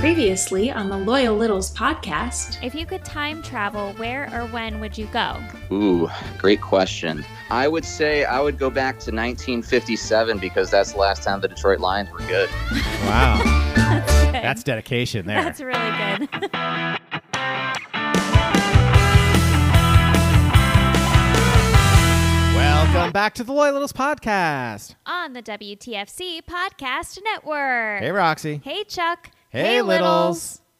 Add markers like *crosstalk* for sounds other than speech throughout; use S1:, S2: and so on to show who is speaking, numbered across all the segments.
S1: Previously on the Loyal Littles podcast,
S2: If you could time travel, where or when would you
S3: *laughs*
S2: go?
S4: Ooh, great question. I would say I would go back to 1957 because that's the last time the Detroit Lions were good.
S3: Wow.
S2: *laughs* That's good.
S3: That's dedication there.
S2: That's really good. *laughs*
S3: Welcome back to the Loyal Littles podcast.
S2: On the WTFC Podcast Network.
S3: Hey, Roxy.
S2: Hey, Chuck.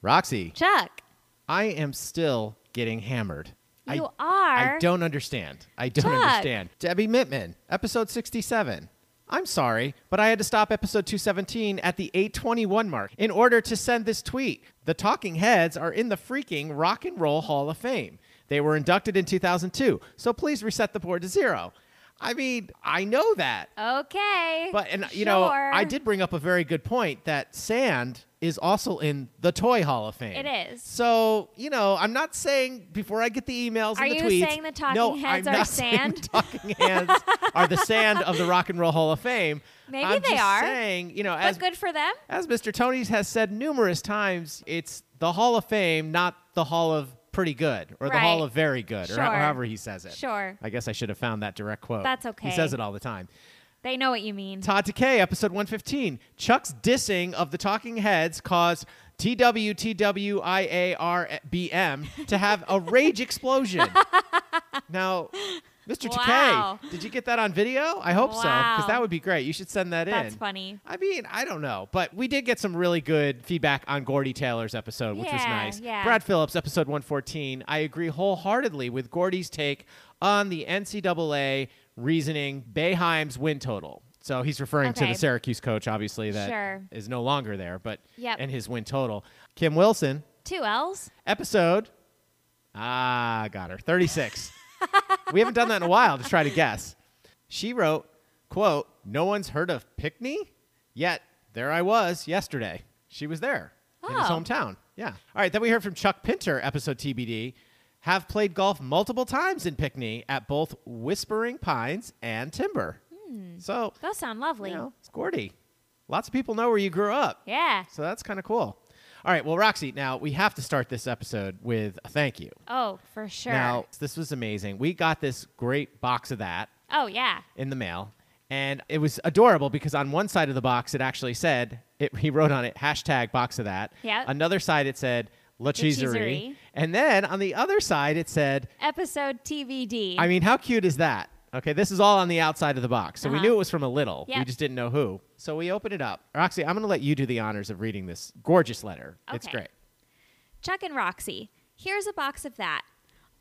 S3: Roxy,
S2: Chuck,
S3: I am still getting hammered. I-
S2: you
S3: I
S2: are.
S3: don't understand. I don't
S2: Chuck.
S3: understand. Debbie Mittman, episode 67. I'm sorry, but I had to stop episode 217 at the 821 mark in order to send this tweet. The Talking Heads are in the freaking Rock and Roll Hall of Fame. They were inducted in 2002, so please reset the board to zero. I mean, I know that.
S2: Okay.
S3: But and you know,
S2: Sure.
S3: I did bring up a very good point that sand is also in the toy Hall of Fame.
S2: It is.
S3: So you know, I'm not saying before I get the emails
S2: Are
S3: and the
S2: you
S3: tweets.
S2: saying the Talking
S3: no,
S2: Heads
S3: I'm
S2: are
S3: not saying
S2: sand?
S3: the *laughs* talking heads are the sand of the Rock and Roll Hall of Fame.
S2: *laughs* Maybe
S3: I'm
S2: they
S3: just
S2: are.
S3: Saying you know,
S2: But
S3: as
S2: good for them.
S3: as Mr. Tony's has said numerous times, it's the Hall of Fame, not the Hall of Pretty Good or the Hall
S2: Right.
S3: of Very Good or
S2: Sure.
S3: ho- however he says it.
S2: Sure.
S3: I guess I should have found that direct quote.
S2: That's
S3: He says
S2: okay.
S3: it all the time.
S2: They know what you mean.
S3: Todd Decay, episode 115. Chuck's dissing of the Talking Heads caused TWTWIARBM to have a
S2: *laughs*
S3: rage explosion. now, Mr.
S2: Wow.
S3: Takei, did you get that on video? I hope so,
S2: Wow.
S3: because that would be great. You should send that in.
S2: That's funny.
S3: I mean, I don't know, but we did get some really good feedback on Gordy Taylor's episode, which was
S2: Yeah,
S3: nice.
S2: yeah.
S3: Brad Phillips, episode 114. I agree wholeheartedly with Gordy's take on the NCAA reasoning Bayheim's win total. So he's referring to
S2: Okay.
S3: the Syracuse coach, obviously, that is
S2: Sure.
S3: no longer there, but
S2: Yep.
S3: and his win total. Kim Wilson,
S2: Two L's.
S3: episode. Ah, got her. 36. we haven't done that in a while to try to guess. She wrote, quote, no one's heard of Pickney? Yet there I was yesterday. She was there in his
S2: Oh.
S3: hometown. Yeah. All right. Then we heard from Chuck Pinter, episode TBD. Have played golf multiple times in Pickney at both Whispering Pines and Timber. So,
S2: Those sound Hmm. lovely.
S3: you know, it's Gordy. Lots of people know where you grew up.
S2: Yeah.
S3: So that's kind of cool. All right, well, Roxy, now we have to start this episode with a thank you.
S2: Oh, for sure.
S3: Now, this was amazing. We got this great box of that
S2: oh, yeah.
S3: in the mail, and it was adorable because on one side of the box it actually said it, he wrote on it hashtag box of that.
S2: Yep.
S3: Another side it said La
S2: Cheeserie.
S3: Cheeserie, and then on the other side it said
S2: Episode TVD.
S3: I mean, how cute is that? Okay, this is all on the outside of the box. So we
S2: Uh-huh.
S3: knew it was from a little. We
S2: Yep.
S3: just didn't know who. So we open it up. Roxy, I'm going to let you do the honors of reading this gorgeous letter. It's
S2: Okay.
S3: great.
S2: Chuck and Roxy, here's a box of that.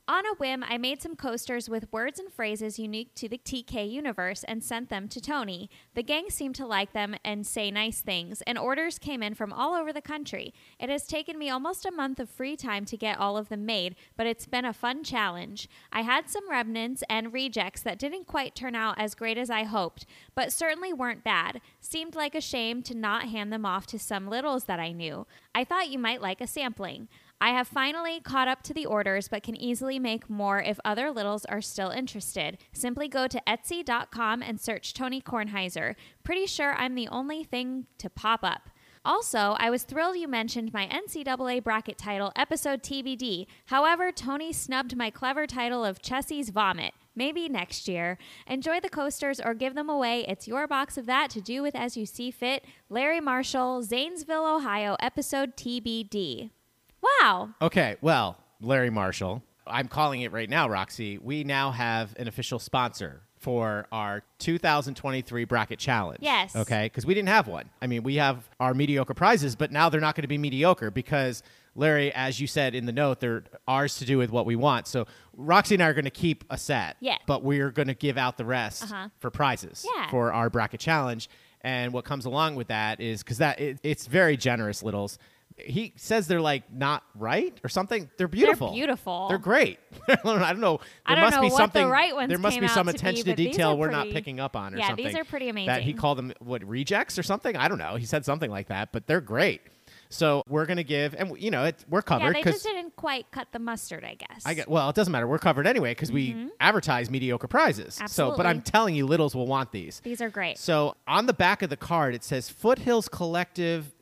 S2: On a whim, I made some coasters with words and phrases unique to the TK universe and sent them to Tony. The gang seemed to like them and say nice things, and orders came in from all over the country. It has taken me almost a month of free time to get all of them made, but it's been a fun challenge. I had some remnants and rejects that didn't quite turn out as great as I hoped, but certainly weren't bad. Seemed like a shame to not hand them off to some littles that I knew. I thought you might like a sampling. I have finally caught up to the orders, but can easily make more if other littles are still interested. Simply go to Etsy.com and search Tony Kornheiser. Pretty sure I'm the only thing to pop up. Also, I was thrilled you mentioned my NCAA bracket title, episode TBD. However, Tony snubbed my clever title of Chessie's Vomit. Maybe next year. Enjoy the coasters or give them away. It's your box of that to do with as you see fit. Larry Marshall, Zanesville, Ohio, episode TBD. Wow.
S3: Okay, well, Larry Marshall, I'm calling it right now, Roxy. We now have an official sponsor for our 2023 bracket challenge.
S2: Yes.
S3: Okay, because we didn't have one. I mean, we have our mediocre prizes, but now they're not going to be mediocre because, Larry, as you said in the note, they're ours to do with what we want. So Roxy and I are going to keep a set,
S2: Yeah.
S3: but we're going to give out the rest
S2: Uh-huh.
S3: for prizes
S2: Yeah.
S3: for our bracket challenge. And what comes along with that is because that it, it's very generous, Littles. He says they're like not right or something. They're beautiful.
S2: beautiful.
S3: They're great. *laughs* I don't know.
S2: I
S3: There
S2: don't
S3: must
S2: know
S3: be
S2: what the
S3: something.
S2: right ones
S3: there must
S2: came
S3: be
S2: out
S3: some
S2: to be,
S3: attention
S2: but
S3: to
S2: these are
S3: detail we're not
S2: pretty-
S3: picking up on or
S2: Yeah,
S3: something.
S2: these are pretty
S3: That he
S2: amazing.
S3: called them what rejects or something. I don't know. He said something like that, but they're great. So we're gonna give, and you know, it, we're
S2: Yeah,
S3: covered
S2: they
S3: 'cause-
S2: just didn't quite cut the mustard, I guess.
S3: I get, well, it doesn't matter. We're covered anyway because we advertise mediocre prizes. So,
S2: Mm-hmm. Absolutely.
S3: but I'm telling you, littles will want these.
S2: These are great.
S3: So on the back of the card, it says Foothills Collective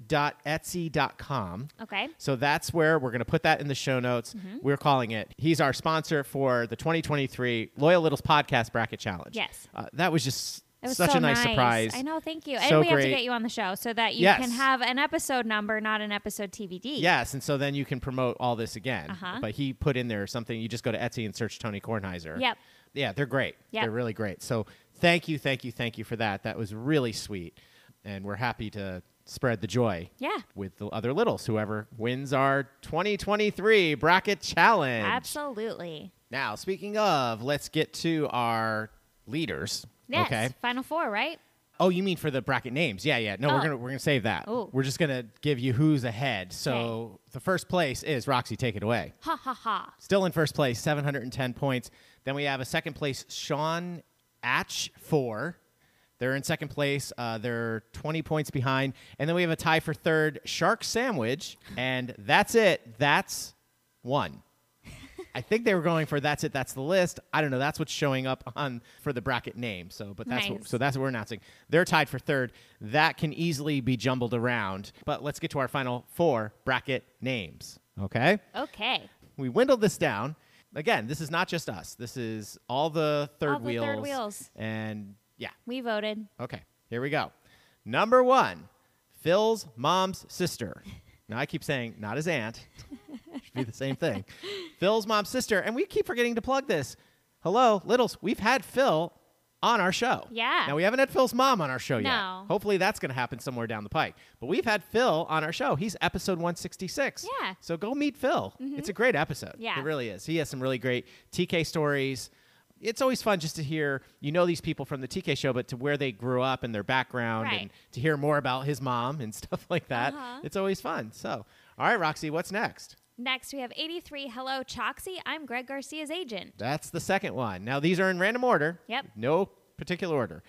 S3: coasters.etsy.com.
S2: Okay. Mm-hmm.
S3: So that's where we're going to put that in the show notes. We're calling it. He's our sponsor for the 2023 Loyal Littles Podcast Bracket Challenge.
S2: Yes.
S3: Uh, that was just
S2: It was
S3: such
S2: so
S3: a nice, surprise.
S2: I know, thank you.
S3: So
S2: and we have to
S3: great.
S2: get you on the show so that you
S3: Yes.
S2: can have an episode number, not an episode TBD.
S3: Yes, and so then you can promote all this again.
S2: Uh-huh.
S3: But he put in there something. You just go to Etsy and search Tony Kornheiser.
S2: Yep.
S3: Yeah, they're great.
S2: Yep.
S3: They're really great. So thank you, thank you, thank you for that. That was really sweet, and we're happy to spread the joy.
S2: Yeah.
S3: With the other littles, whoever wins our 2023 bracket challenge.
S2: Absolutely.
S3: Now, speaking of, let's get to our leaders.
S2: Yes.
S3: Okay.
S2: Final four, right?
S3: Oh, you mean for the bracket names? Yeah, yeah. No,
S2: Oh.
S3: we're gonna we're gonna save that.
S2: Ooh.
S3: We're just gonna give you who's ahead. So the first place is Roxy. Take it away.
S2: Ha ha ha.
S3: Still in first place, 710 points. Then we have a second place, Sean Atch, four. They're in second place. Uh, they're 20 points behind. And then we have a tie for third, Shark Sandwich. And that's it. That's one. I think they were going for that's it, that's the list. I don't know. That's what's showing up on for the bracket name. So, but that's what,
S2: Nice.
S3: so that's what we're announcing. They're tied for third. That can easily be jumbled around. But let's get to our final four bracket names. Okay
S2: Okay.
S3: we windled this down. Again, this is not just us. This is all the third
S2: All the
S3: wheels.
S2: third wheels.
S3: And yeah,
S2: We voted.
S3: okay, here we go. Number one, Phil's mom's sister. Now I keep saying not his aunt. *laughs* Should be the same thing. Phil's mom's sister, and we keep forgetting to plug this. Hello, Littles. We've had Phil on our show.
S2: Yeah.
S3: Now we haven't had Phil's mom on our show
S2: No.
S3: yet. Hopefully that's going to happen somewhere down the pike. But we've had Phil on our show. He's episode 166.
S2: Yeah.
S3: So go meet Phil. It's a great episode.
S2: Mm-hmm. Yeah.
S3: It really is. He has some really great TK stories. It's always fun just to hear, you know, these people from the TK show, but to where they grew up and their background
S2: Right.
S3: and to hear more about his mom and *laughs* stuff like that.
S2: Uh-huh.
S3: It's always fun. So, all right, Roxy, what's next?
S2: Next, we have 83. Hello, Choxy. I'm Greg Garcia's agent.
S3: That's the second one. Now, these are in random order.
S2: Yep.
S3: No particular order.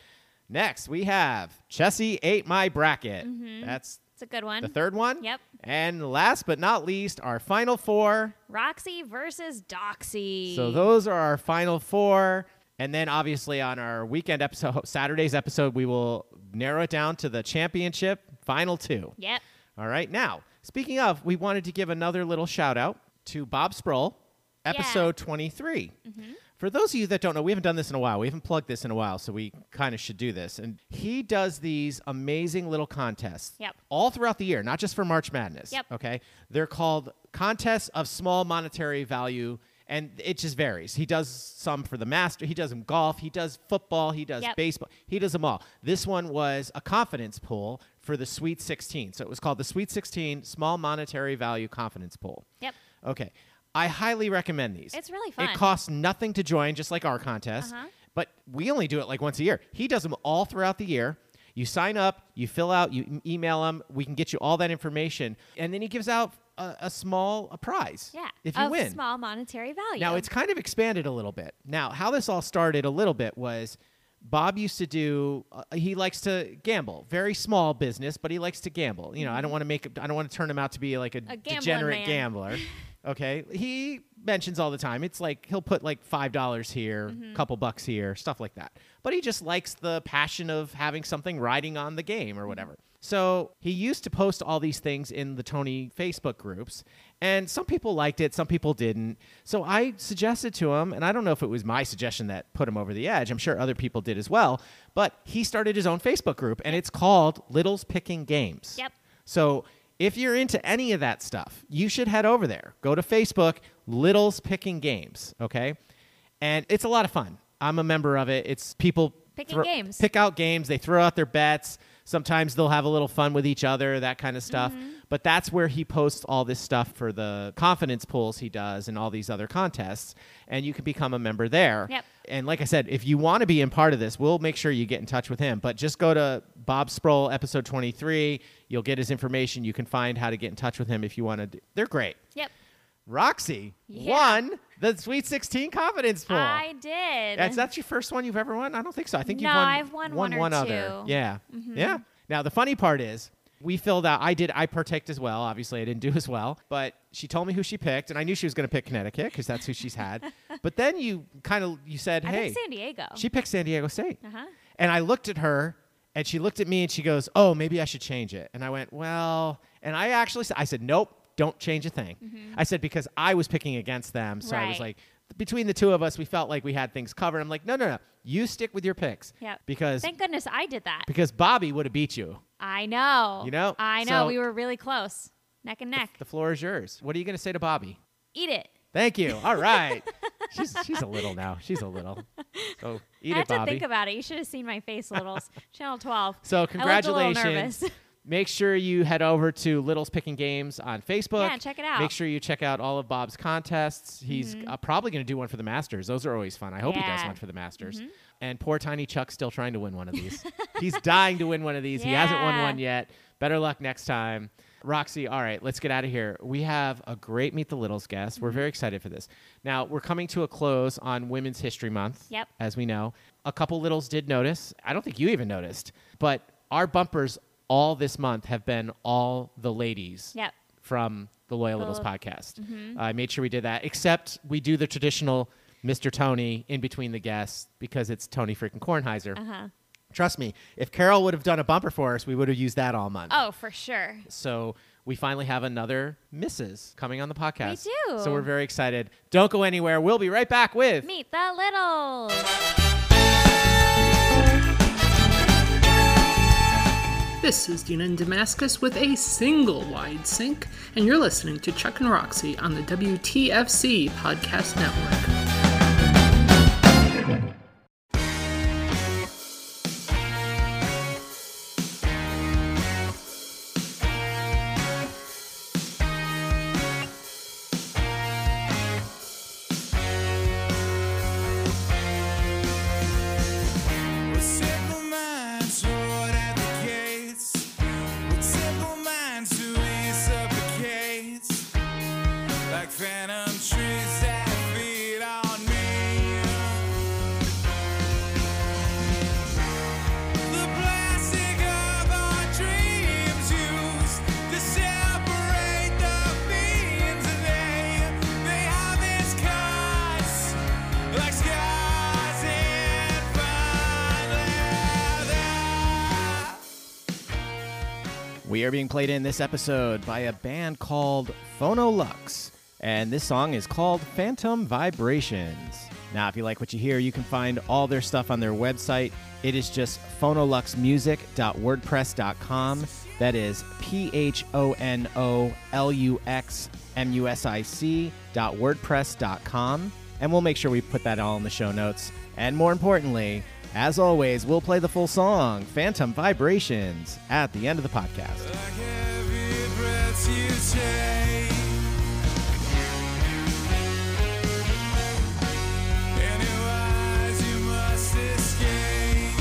S3: Next, we have Chessie Ate My Bracket. That's
S2: It's a good Mm-hmm. one.
S3: the third one.
S2: Yep.
S3: And last but not least, our final four.
S2: Roxy versus Doxy.
S3: So those are our final four. And then obviously on our weekend episode, *laughs* Saturday's episode, we will narrow it down to the championship final two.
S2: Yep.
S3: All right. Now, speaking of, we wanted to give another little shout out to Bob Sproul, episode 23.
S2: Mm-hmm.
S3: For those of you that don't know, we haven't done this in a while. We haven't plugged this in a while, so we kind of should do this. And he does these amazing little contests
S2: Yep.
S3: all throughout the year, not just for March Madness.
S2: Yep.
S3: Okay. They're called contests of small monetary value. And it just varies. He does some for the master. He does them golf. He does football. He does
S2: Yep.
S3: baseball. He does them all. This one was a confidence pool for the Sweet 16. So it was called the Sweet 16 Small Monetary Value Confidence Pool.
S2: Yep.
S3: Okay. I highly recommend these.
S2: It's really fun.
S3: It costs nothing to join, just like our contest.
S2: Uh-huh.
S3: But we only do it like once a year. He does them all throughout the year. You sign up, you fill out, you e- email him. We can get you all that information, and then he gives out a, a small a prize.
S2: Yeah.
S3: If you
S2: of
S3: win.
S2: small monetary value.
S3: Now it's kind of expanded a little bit. Now, how this all started a little bit was Bob used to do. Uh, he likes to gamble. Very small business, but he likes to gamble. You know, I don't want to make. I don't want to turn him out to be like a,
S2: Mm-hmm. gambling
S3: degenerate
S2: man.
S3: gambler. Okay, he mentions all the time. It's like he'll put like five dollars here, a couple bucks here, stuff like that. But he just likes the passion of having something riding on the game or whatever. So he used to post all these things in the Tony Facebook groups, and some people liked it, some people didn't. So I suggested to him, and I don't know if it was my suggestion that put him over the edge. I'm sure other people did as well. But he started his own Facebook group, and it's called Little's Picking Games.
S2: Yep.
S3: So if you're into any of that stuff, you should head over there. Go to Facebook, Little's Picking Games, okay? And it's a lot of fun. I'm a member of it. It's people
S2: Picking games.
S3: pick out games, they throw out their bets. Sometimes they'll have a little fun with each other, that kind of stuff.
S2: Mm-hmm.
S3: But that's where he posts all this stuff for the confidence pools he does and all these other contests. And you can become a member there.
S2: Yep.
S3: And like I said, if you want to be in part of this, we'll make sure you get in touch with him. But just go to Bob Sproul, episode 23. You'll get his information. You can find how to get in touch with him if you want to. Do. They're great.
S2: Yep.
S3: Roxy
S2: Yeah.
S3: won the Sweet 16 Confidence Pool.
S2: I did.
S3: That's, that's your first one you've ever won? I don't think so. I think you've
S2: No,
S3: won,
S2: I've won one or
S3: other.
S2: two. Mm-hmm.
S3: Yeah. Yeah. Now, the funny part is, we filled out, I did, I partaked as well. Obviously, I didn't do *laughs* as well, but she told me who she picked, and I knew she was going to pick Connecticut because that's who
S2: *laughs*
S3: she's had. but then you kind of, you said,
S2: I
S3: hey.
S2: think San Diego.
S3: She picked San Diego State.
S2: Uh-huh.
S3: And I looked at her And she looked at me and she goes, "Oh, maybe I should change it." And I went, "Well," and I actually said, "I said nope, don't change a thing." I said because I was picking against them, so I was
S2: Mm-hmm. Right.
S3: like, between the two of us, we felt like we had things covered. I'm like, "No, no, no, you stick with your picks."
S2: Yep.
S3: Because
S2: Thank goodness I did that.
S3: *laughs* because Bobby would have beat you.
S2: I know.
S3: You know,
S2: I know.
S3: so-
S2: we were really close, neck and neck.
S3: The floor is yours. What are you going to say to Bobby?
S2: Eat it.
S3: Thank you.
S2: *laughs*
S3: All right. she's she's a little now. She's a little. So eat
S2: I
S3: it,
S2: had to
S3: Bobby.
S2: think about it. You should have seen my face,
S3: *laughs*
S2: Littles. Channel 12.
S3: So
S2: I looked a little
S3: congratulations.
S2: nervous. *laughs*
S3: Make sure you head over to Little's Picking Games on Facebook.
S2: Yeah, check it out. Mm-hmm.
S3: Make sure you check out all of Bob's contests. He's uh, probably going to do one for the Masters. Those are always fun. I hope he does
S2: Yeah. Mm-hmm.
S3: one for the Masters. And poor Tiny Chuck's still trying to win one
S2: *laughs*
S3: of these. He's dying to win one of these. He hasn't won
S2: Yeah.
S3: one yet. Better luck next time. Roxy, all right, let's get out of here. We have a great Meet the Littles guest.
S2: Mm-hmm.
S3: We're very excited for this. Now, we're coming to a close on Women's History Month
S2: Yep.
S3: as we know. A couple littles did notice. I don't think you even noticed, but our bumpers all this month have been all the ladies
S2: Yep.
S3: from the Loyal
S2: The
S3: Littles
S2: little-
S3: podcast.
S2: mm-hmm.
S3: I made sure we did that, except we do the traditional Mr. Tony in between the guests because it's Tony freaking Kornheiser.
S2: Uh-huh.
S3: Trust me, if Carol would have done a bumper for us, we would have used that all month.
S2: Oh, for sure.
S3: So we finally have another Mrs. coming on the podcast.
S2: do.
S3: So we're very excited. Don't go anywhere. We'll be right back with
S2: Meet the Littles.
S5: This is Dina in Damascus with a single wide sink, and you're listening to Chuck and Roxy on the WTFC Podcast Network.
S6: We're simple minds roared at the gates. We're simple minds who we suffocate. Like phantom trees that feed on me. The plastic of our dreams used to separate the beams, and they they have its cuts. Like scars in fine leather.
S3: We are being played in this episode by a band called Phonolux, and this song is called Phantom Vibrations. Now, if you like what you hear, you can find all their stuff on their website. It is just phonoluxmusic.wordpress.com. That is P H O N O L U X M U S I C dot wordpress.com. And we'll make sure we put that all in the show notes. And more importantly, as always, we'll play the full song, Phantom Vibrations, at the end of the podcast.
S6: Like heavy breaths you take. In your eyes you must escape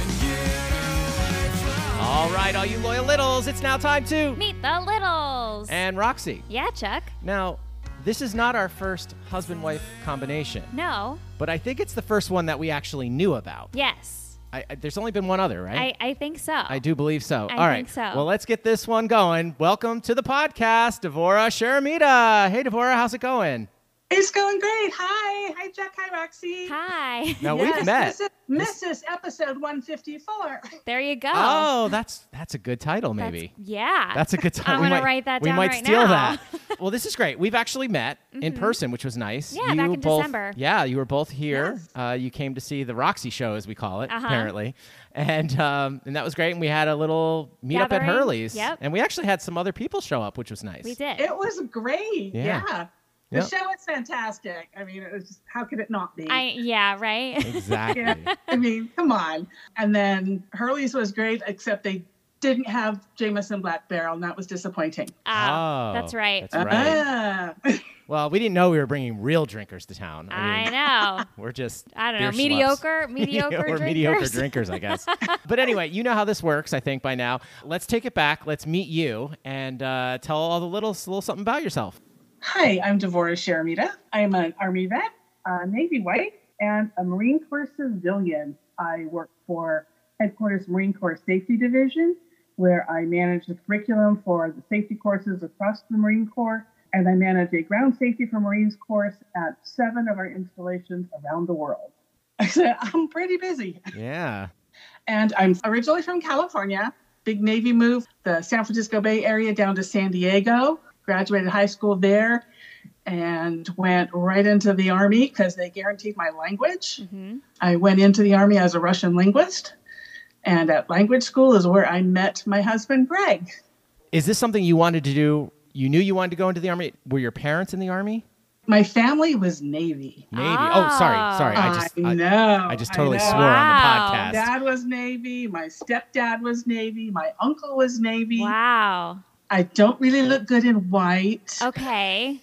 S6: and get away from
S3: All right, all you loyal littles, it's now time to.
S2: Meet the Littles.
S3: And Roxy.
S2: yeah, Chuck.
S3: Now, this is not our first husband wife combination,
S2: No.
S3: but I think it's the first one that we actually knew about.
S2: Yes.
S3: I, I- there's only been one other, right?
S2: I, I think so.
S3: I do believe so.
S2: I
S3: All right.
S2: think so.
S3: Well, let's get this one going. Welcome to the podcast, Devora Sharamita. Hey, Devora, how's it going?
S7: It's going great. Hi. Hi, Jack. Hi, Roxy.
S2: Hi. *laughs*
S3: Now,
S7: Yes,
S3: we've met.
S7: This is, this is episode 154.
S2: there you go.
S3: Oh, that's that's a good title,
S2: That's-
S3: maybe.
S2: yeah.
S3: That's a good
S2: *laughs*
S3: time.
S2: I'm
S3: We
S2: gonna
S3: might-
S2: write that
S3: We
S2: down
S3: might
S2: right
S3: steal
S2: now. *laughs* Mm-hmm.
S3: that. Well, this is great. We've actually met in person, which was nice.
S2: Yeah,
S3: you
S2: back in
S3: both,
S2: December.
S3: Yeah, you were both here.
S7: Yes.
S3: Uh, you came to see the Roxy show, as we call it,
S2: Uh-huh.
S3: apparently, and um, and that was great. And we had a little meetup at
S2: Gathering.
S3: Hurley's,
S2: Yep.
S3: and we actually had some other people show up, which was nice.
S2: we did. *laughs*
S7: It was great.
S3: Yeah.
S7: Yeah.
S3: Yeah.
S7: The show is fantastic. I mean, it was just, how could it not be?
S2: I yeah,
S3: *laughs*
S2: right? *laughs*
S3: Exactly.
S7: Yeah. I mean, come on. And then Hurley's was great, except they didn't have Jameson Black Barrel, and that was disappointing.
S2: Ah,
S3: Oh,
S2: that's right.
S3: That's
S7: *laughs*
S3: right.
S7: Ah.
S3: Well, we didn't know we were bringing real drinkers to town. I,
S2: I
S3: mean,
S2: know.
S3: we're just
S2: I don't know.
S3: beer
S2: Mediocre,
S3: schlubs. *laughs*
S2: mediocre
S3: or
S2: drinkers.
S3: mediocre drinkers,
S2: *laughs*
S3: I guess. but anyway, you know how this works, I think, by now. Let's take it back. Let's meet you and uh, tell all the little, little something about yourself.
S7: Hi, I'm Devora Sharamita. I am an Army vet, a Navy wife, and a Marine Corps civilian. I work for Headquarters Marine Corps Safety Division, where I manage the curriculum for the safety courses across the Marine Corps, and I manage a ground safety for Marines course at *laughs* seven of our installations around the world. So I'm pretty busy.
S3: Yeah.
S7: And I'm originally from California. Big Navy move, the San Francisco Bay Area down to San Diego. Graduated high school there and went right into the Army because they guaranteed my language.
S2: Mhm.
S7: I went into the Army as a Russian linguist. And at language school is where I met my husband, Greg.
S3: Is this something you wanted to do? You knew you wanted to go into the army. Were your parents in the army?
S7: My family was Navy.
S3: Maybe. Oh, sorry, sorry. I just I,
S7: know.
S3: I just totally
S7: know.
S3: swore
S2: Wow.
S3: on the podcast.
S7: Dad was Navy. My stepdad was Navy. My uncle was Navy.
S2: Wow.
S7: I don't really look good in white,
S2: Okay.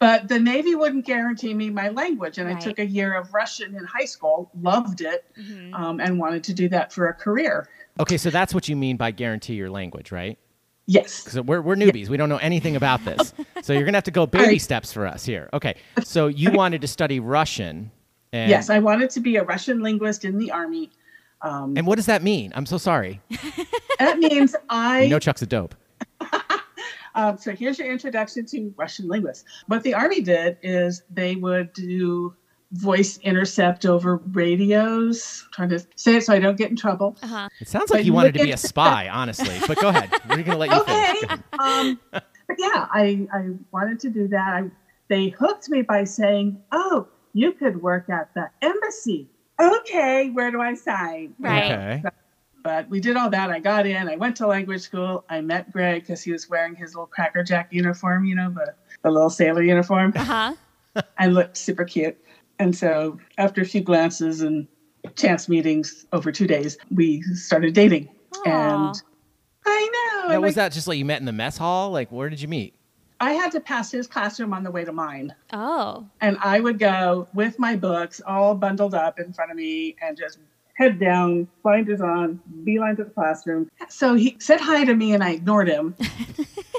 S7: but the Navy wouldn't guarantee me my language. And I
S2: Right.
S7: took a year of Russian in high school, loved it,
S2: Mhm.
S7: um, and wanted to do that for a career.
S3: Okay, so that's what you mean by guarantee your language, right?
S7: Yes.
S3: Because we're, we're newbies. We don't know anything about this. so you're going to have to go baby
S7: Alright.
S3: steps for us here. Okay. So you wanted to study Russian. And,
S7: Yes, I wanted to be a Russian linguist in the Army. Um,
S3: and what does that mean? I'm so sorry. *laughs*
S7: that means
S3: You
S7: I
S3: know Chuck's a dope.
S7: Um, so here's your introduction to Russian linguists. What the Army did is they would do voice intercept over radios, trying to say it so I don't get in trouble.
S2: Uh-huh.
S3: It sounds
S7: But
S3: like you
S7: you
S3: wanted
S7: would
S3: to be a
S7: get-
S3: spy, honestly. But go ahead. We're going to let you
S7: Okay.
S3: finish.
S7: *laughs* Um, but yeah, I, I wanted to do that. I, they hooked me by saying, oh, you could work at the embassy. Okay, where do I sign?
S2: Right.
S3: Okay.
S7: But we did all that. I got in. I went to language school. I met Greg because he was wearing his little Cracker Jack uniform, you know, the, the little sailor uniform.
S2: Uh-huh.
S7: I looked super cute. And so after a few glances and chance meetings over two days, we started dating.
S2: Aw.
S7: And I know.
S3: Now,
S7: and
S3: was
S7: I,
S3: that just like you met in the mess hall? Like, where did you meet?
S7: I had to pass his classroom on the way to mine.
S2: Oh.
S7: And I would go with my books all bundled up in front of me and just head down, blinders on, beeline to the classroom. So he said hi to me and I ignored him.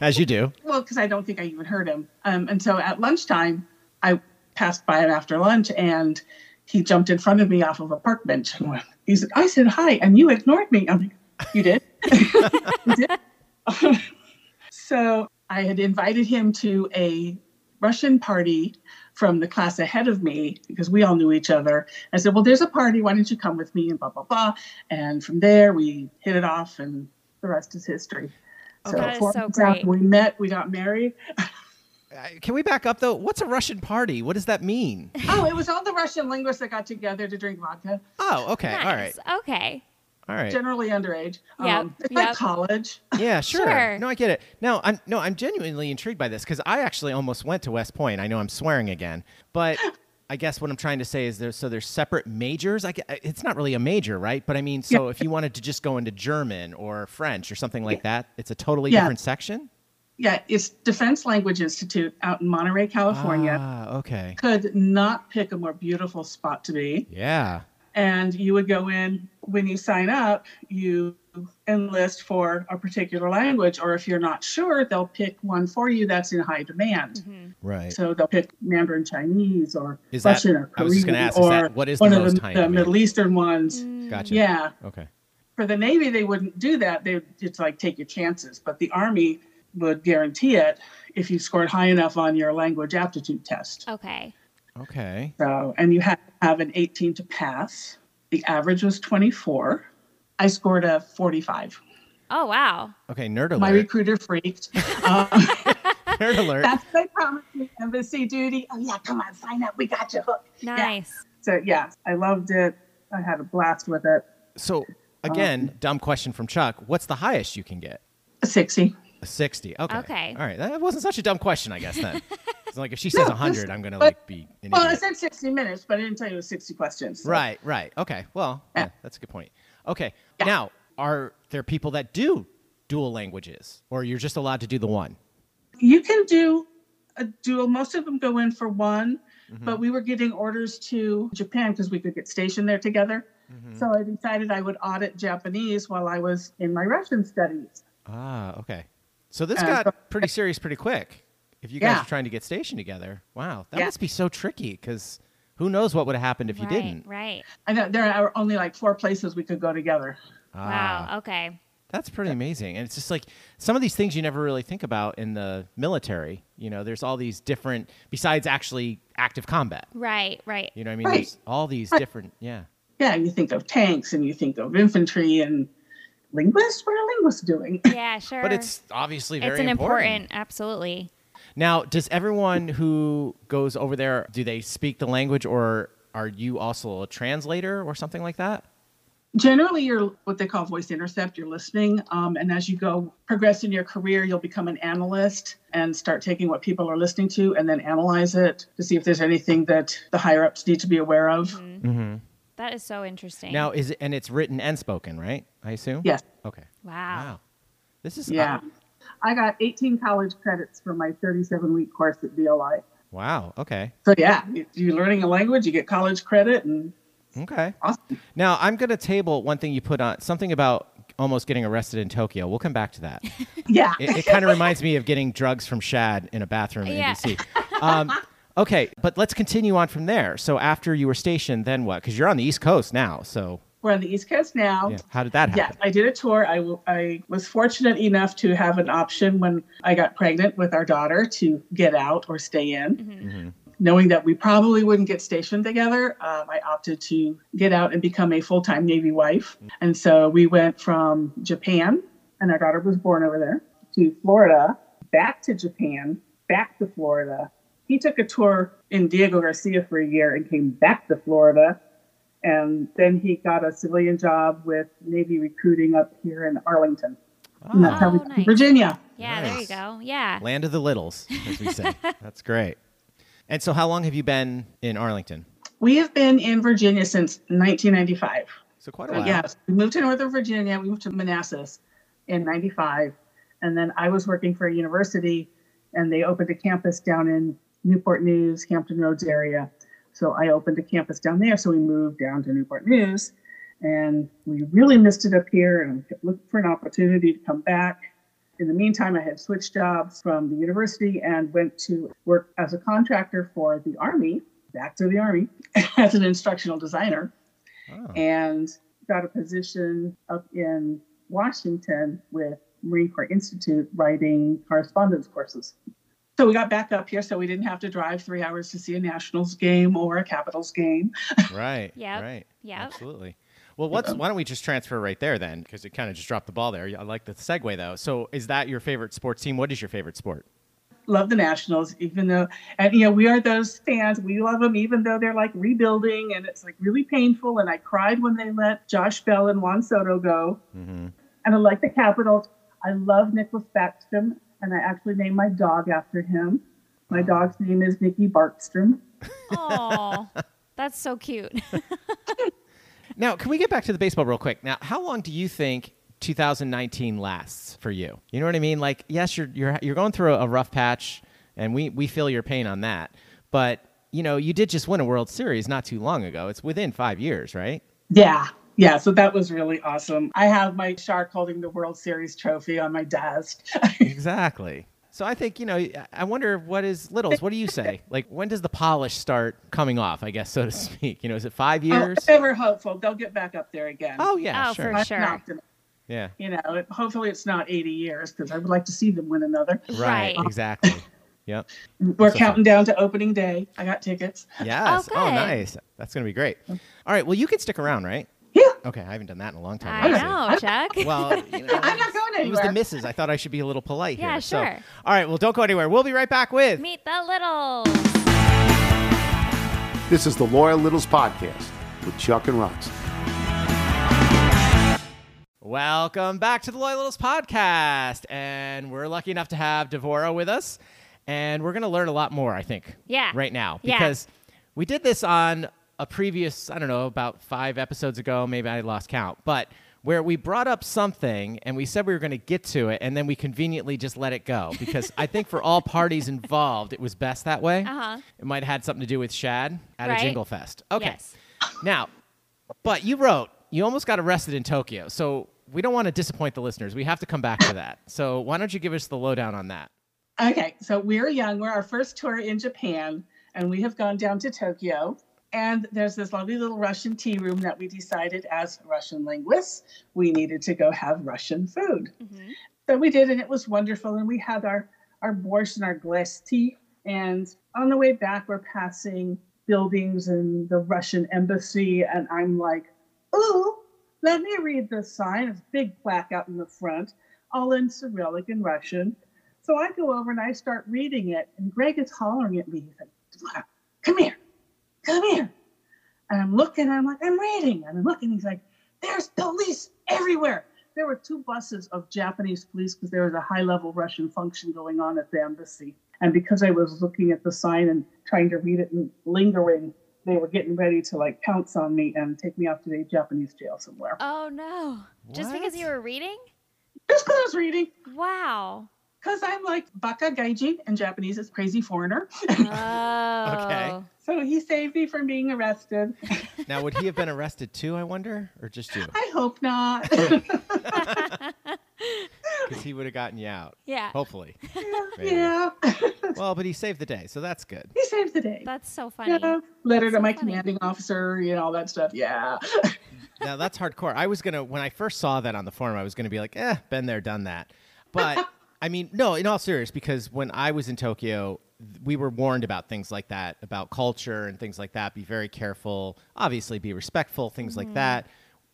S3: As you do.
S7: well, because I don't think I even heard him. Um, and so at lunchtime, I passed by him after lunch, and he jumped in front of me off of a park bench. And went, he said, "I said hi, and you ignored me." I'm like, "You did? *laughs* you did?" *laughs* so I had invited him to a Russian party from the class ahead of me because we all knew each other. I said, "Well, there's a party. Why don't you come with me?" And blah blah blah. And from there, we hit it off, and the rest is history. So,
S2: that is
S7: four
S2: so
S7: months
S2: great.
S7: after we met, we got married.
S3: Uh, Can we back up, though? What's a Russian party? What does that mean?
S7: Oh, it was all the Russian linguists that got together to drink vodka,
S3: Oh, okay. All right.
S2: Nice. Okay.
S3: All right.
S7: generally underage. Um,
S2: Yep,
S7: it's
S2: yep.
S7: like college. *laughs*
S3: Yeah, sure.
S2: Sure.
S3: No, I get it. No, I'm no, I'm genuinely intrigued by this because I actually almost went to West Point. I know I'm swearing again,
S7: *laughs*
S3: but I guess what I'm trying to say is there's so there's separate majors. I, gue- it's not really a major, right? But I mean, so if you wanted to just go into German or French or something like that, it's a totally
S7: Yeah.
S3: different section.
S7: Yeah, it's Defense Language Institute out in Monterey, California.
S3: Ah, okay.
S7: Could not pick a more beautiful spot to be.
S3: Yeah.
S7: And you would go in when you sign up, you enlist for a particular language, or if you're not sure, they'll pick one for you that's in high demand.
S2: Mhm.
S3: Right.
S7: So they'll pick Mandarin Chinese or
S3: Is that-
S7: Russian or
S3: I
S7: Korean
S3: was just gonna ask, is
S7: or
S3: that- what is the
S7: one
S3: most
S7: of
S3: high in
S7: the, the
S3: demand?
S7: Middle Eastern ones.
S2: Mm.
S3: Gotcha.
S7: Yeah.
S3: Okay.
S7: for the Navy, they wouldn't do that. They would just like take your chances. But the Army would guarantee it if you scored high enough on your language aptitude test.
S2: Okay.
S3: Okay.
S7: So, and you had to have an 18 to pass. The average was 24. I scored a 45.
S2: Oh wow.
S3: Okay. Nerd
S7: My
S3: alert.
S7: recruiter freaked. Um, *laughs*
S3: Nerd alert.
S7: that's they promised me embassy duty. Oh yeah, come on, sign up. We got you hooked.
S2: Nice.
S7: So yeah, I loved it. I had a blast with it.
S3: So again, dumb question from Chuck. What's the highest you can get?
S7: A 60.
S3: A 60. Okay.
S2: Okay.
S3: All right. That wasn't such a dumb question, I guess,
S2: *laughs*
S3: then. it's like if she says a
S7: No,
S3: 100,
S7: this-
S3: I'm going to
S7: but-
S3: like be an
S7: Well, I
S3: idiot.
S7: said 60 minutes, but I didn't tell you it was 60 questions. So-
S3: Right, right. Okay. Well, yeah,
S7: Yeah.
S3: that's a good point. Okay.
S7: Yeah.
S3: Now, are there people that do dual languages or you're just allowed to do the one?
S7: you can do a dual most of them go in for one but we were getting orders to japan because we could get stationed there together so i decided i would audit japanese while i was in my russian studies
S3: Ah, okay. So this
S7: Uh, so-
S3: got pretty serious pretty quick. If you guys
S7: Yeah.
S3: are trying to get stationed together, wow, that
S7: Yeah.
S3: must be so tricky because who knows what would have happened if you
S2: right,
S3: didn't.
S2: Right.
S7: i know there are only like four places we could go together
S3: Ah.
S2: Wow. Okay.
S3: That's pretty amazing. And it's just like some of these things you never really think about in the military. You know, there's all these different, besides actually active combat.
S2: Right. Right.
S3: You know what I mean?
S7: Right.
S3: There's all these different, yeah.
S7: yeah, you think of tanks and you think of infantry and linguists. What are linguists doing?
S2: Yeah, sure.
S3: But it's obviously
S2: it's
S3: very
S2: an important,
S3: important.
S2: absolutely.
S3: Now, does everyone who goes over there do they speak the language, or are you also a translator or something like that?
S7: Generally, you're what they call voice intercept. You're listening, um, and as you go progress in your career, you'll become an analyst and start taking what people are listening to and then analyze it to see if there's anything that the higher ups need to be aware of.
S2: That is so interesting.
S3: Now, is it, and it's written and spoken, right? I assume.
S7: Yes.
S3: Okay.
S2: wow.
S3: Wow. This is
S7: Yeah.
S3: uh,
S7: I got 18 college credits for my 37 week course at BLI.
S3: wow. Okay.
S7: So yeah, you- you're learning a language, you get college credit, and
S3: Okay.
S7: awesome.
S3: Now I'm gonna table one thing you put on something about almost getting arrested in Tokyo. We'll come back to that.
S7: *laughs* Yeah,
S3: it, it
S2: *laughs*
S3: kind of reminds me of getting drugs from Shad in a bathroom in
S2: Yeah.
S3: DC. Um, okay, but let's continue on from there. So after you were stationed, then what? Because you're on the East Coast now. So
S7: we're on the East Coast now.
S3: yeah, how did that
S7: Oh. Yeah,
S3: happen?
S7: I did a tour. I, w- I was fortunate enough to have an option when I got pregnant with our daughter to get out or stay in. Knowing that we probably wouldn't get stationed together, um, I opted to get out and become a full time Navy wife. And so we went from Japan, and our daughter was born over there, to Florida, back to Japan, back to Florida. He took a tour in Diego Garcia for a year and came back to Florida and then he got a civilian job with Navy recruiting up here in Arlington. And that's how we
S2: Oh, nice.
S7: Virginia.
S2: Yeah, there you
S3: Nice.
S2: go. Yeah.
S3: Land of the littles, as we say. That's great. And so, how long have you been in Arlington?
S7: We have been in Virginia since 1995.
S3: So quite a
S7: So
S3: while.
S7: Yes, we moved to Northern Virginia. We moved to Manassas in '95, and then I was working for a university, and they opened a campus down in Newport News, Hampton Roads area. So I opened a campus down there. So we moved down to Newport News, and we really missed it up here, and kept looking for an opportunity to come back. In the meantime, I had switched jobs from the university and went to work as a contractor for the Army, back to the Army, *laughs* as an instructional designer
S3: Oh.
S7: and got a position up in Washington with Marine Corps Institute writing correspondence courses. So we got back up here so we didn't have to drive three hours to see a Nationals game or a Capitals game.
S3: Right.
S2: Yep.
S3: Right.
S2: Yep.
S3: Absolutely. Well, what's, why don't we just transfer right there then? Because it kind of just dropped the ball there. I like the segue though. So, is that your favorite sports team? What is your favorite sport?
S7: Love the Nationals, even though, and you know, we are those fans. We love them, even though they're like rebuilding and it's like really painful. And I cried when they let Josh Bell and Juan Soto go.
S3: Mm-hmm.
S7: And I like the Capitals. I love Nicholas Backstrom, and I actually named my dog after him. My dog's name is Nikki Barkstrom.
S3: *laughs*
S2: Oh, that's so cute. *laughs*
S3: Now, can we get back to the baseball real quick? Now, how long do you think 2019 lasts for you? You know what I mean? Like, yes, you're you're you're going through a rough patch, and we we feel your pain on that. But you know, you did just win a World Series not too long ago. It's within five years, right?
S7: Yeah. Yeah, so that was really awesome. I have my shark holding the World Series trophy on my desk.
S3: exactly. So I think you know. I- I wonder what is Littles. What do you say? like, when does the polish start coming off? I guess so to speak. You know, is it five years?
S7: I'm ever hopeful they'll get back up there again.
S3: Oh yeah,
S2: Oh,
S3: sure.
S2: for
S7: I'm
S2: sure.
S7: not gonna-
S3: Yeah.
S7: you know, it, hopefully it's not 80 years because I would like to see them win another.
S2: Right.
S3: Right. Exactly. Yep.
S7: We're
S3: So-
S7: counting down to opening day. I got tickets.
S3: Yes.
S2: Oh,
S3: Oh,
S2: good.
S3: nice. That's going to be great. All right. Well, you can stick around, right?
S7: Yeah.
S3: Okay. I haven't done that in a long time.
S2: I
S3: obviously.
S2: know, Chuck.
S3: Well, you know,
S7: I'm not going
S3: it was the
S7: anywhere.
S3: misses. I thought I should be a little polite
S2: Yeah,
S3: here. So,
S2: sure.
S3: all right. Well, don't go anywhere. We'll be right back with.
S2: Meet the little.
S8: This is the Loyal Littles Podcast with Chuck and Roxy.
S3: Welcome back to the Loyal Littles podcast. And we're lucky enough to have Devora with us. And we're going to learn a lot more, I think.
S2: Yeah.
S3: Right now.
S2: Yeah.
S3: Because we did this on a previous, I don't know, about five episodes ago. Maybe I lost count. But where we brought up something and we said we were going to get to it. And then we conveniently just let it go. Because I think for all parties involved, it was best that way.
S2: Uh-huh.
S3: It might have had something to do with Shad at
S2: Right.
S3: a Jingle Fest. Okay.
S2: Yes.
S3: Now, but you wrote you almost got arrested in Tokyo, so we don't want to disappoint the listeners. We have to come back to that. So why don't you give us the lowdown on that?
S7: Okay, so we're young. We're our first tour in Japan, and we have gone down to Tokyo. And there's this lovely little Russian tea room that we decided, as Russian linguists, we needed to go have Russian food.
S2: Mhm.
S7: So we did, and it was wonderful. And we had our our borscht and our glass tea. And on the way back, we're passing buildings and the Russian embassy, and I'm like, ooh, let me read this sign. It's a big plaque out in the front, all in Cyrillic and Russian. So I go over and I start reading it, and Greg is hollering at me. He's like, "Laura, come here, come here. And I'm looking, I'm like, I'm reading. And I'm looking, he's like, there's police everywhere. There were two buses of Japanese police because there was a high level Russian function going on at the embassy. And because I was looking at the sign and trying to read it and lingering, they were getting ready to like pounce on me and take me off to the Japanese jail somewhere.
S2: Oh no. Just because you
S3: What?
S2: were reading?
S7: Just because I was reading,
S3: *coughs*
S2: Wow.
S7: because I'm like baka gaijin in Japanese is crazy foreigner.
S2: Oh.
S7: So he saved me from being arrested.
S3: Now, would he have been arrested too? I wonder, or just you?
S7: I hope not.
S3: Because he would have gotten you out.
S2: Yeah.
S3: Hopefully. Maybe.
S7: *laughs* yeah,
S3: Well, but he saved the day, so that's good.
S7: he saved the day.
S2: That's so funny.
S7: Yeah, letter
S2: That's
S7: to
S2: so
S7: my
S2: funny.
S7: commanding officer, you know, all that stuff. Yeah.
S3: Now that's hardcore. I was gonna when I first saw that on the form, I was gonna be like, eh, been there, done that. But I mean, no, in all serious, because when I was in Tokyo, th- we were warned about things like that, about culture and things like that. Be very careful. Obviously, be respectful. Things like that.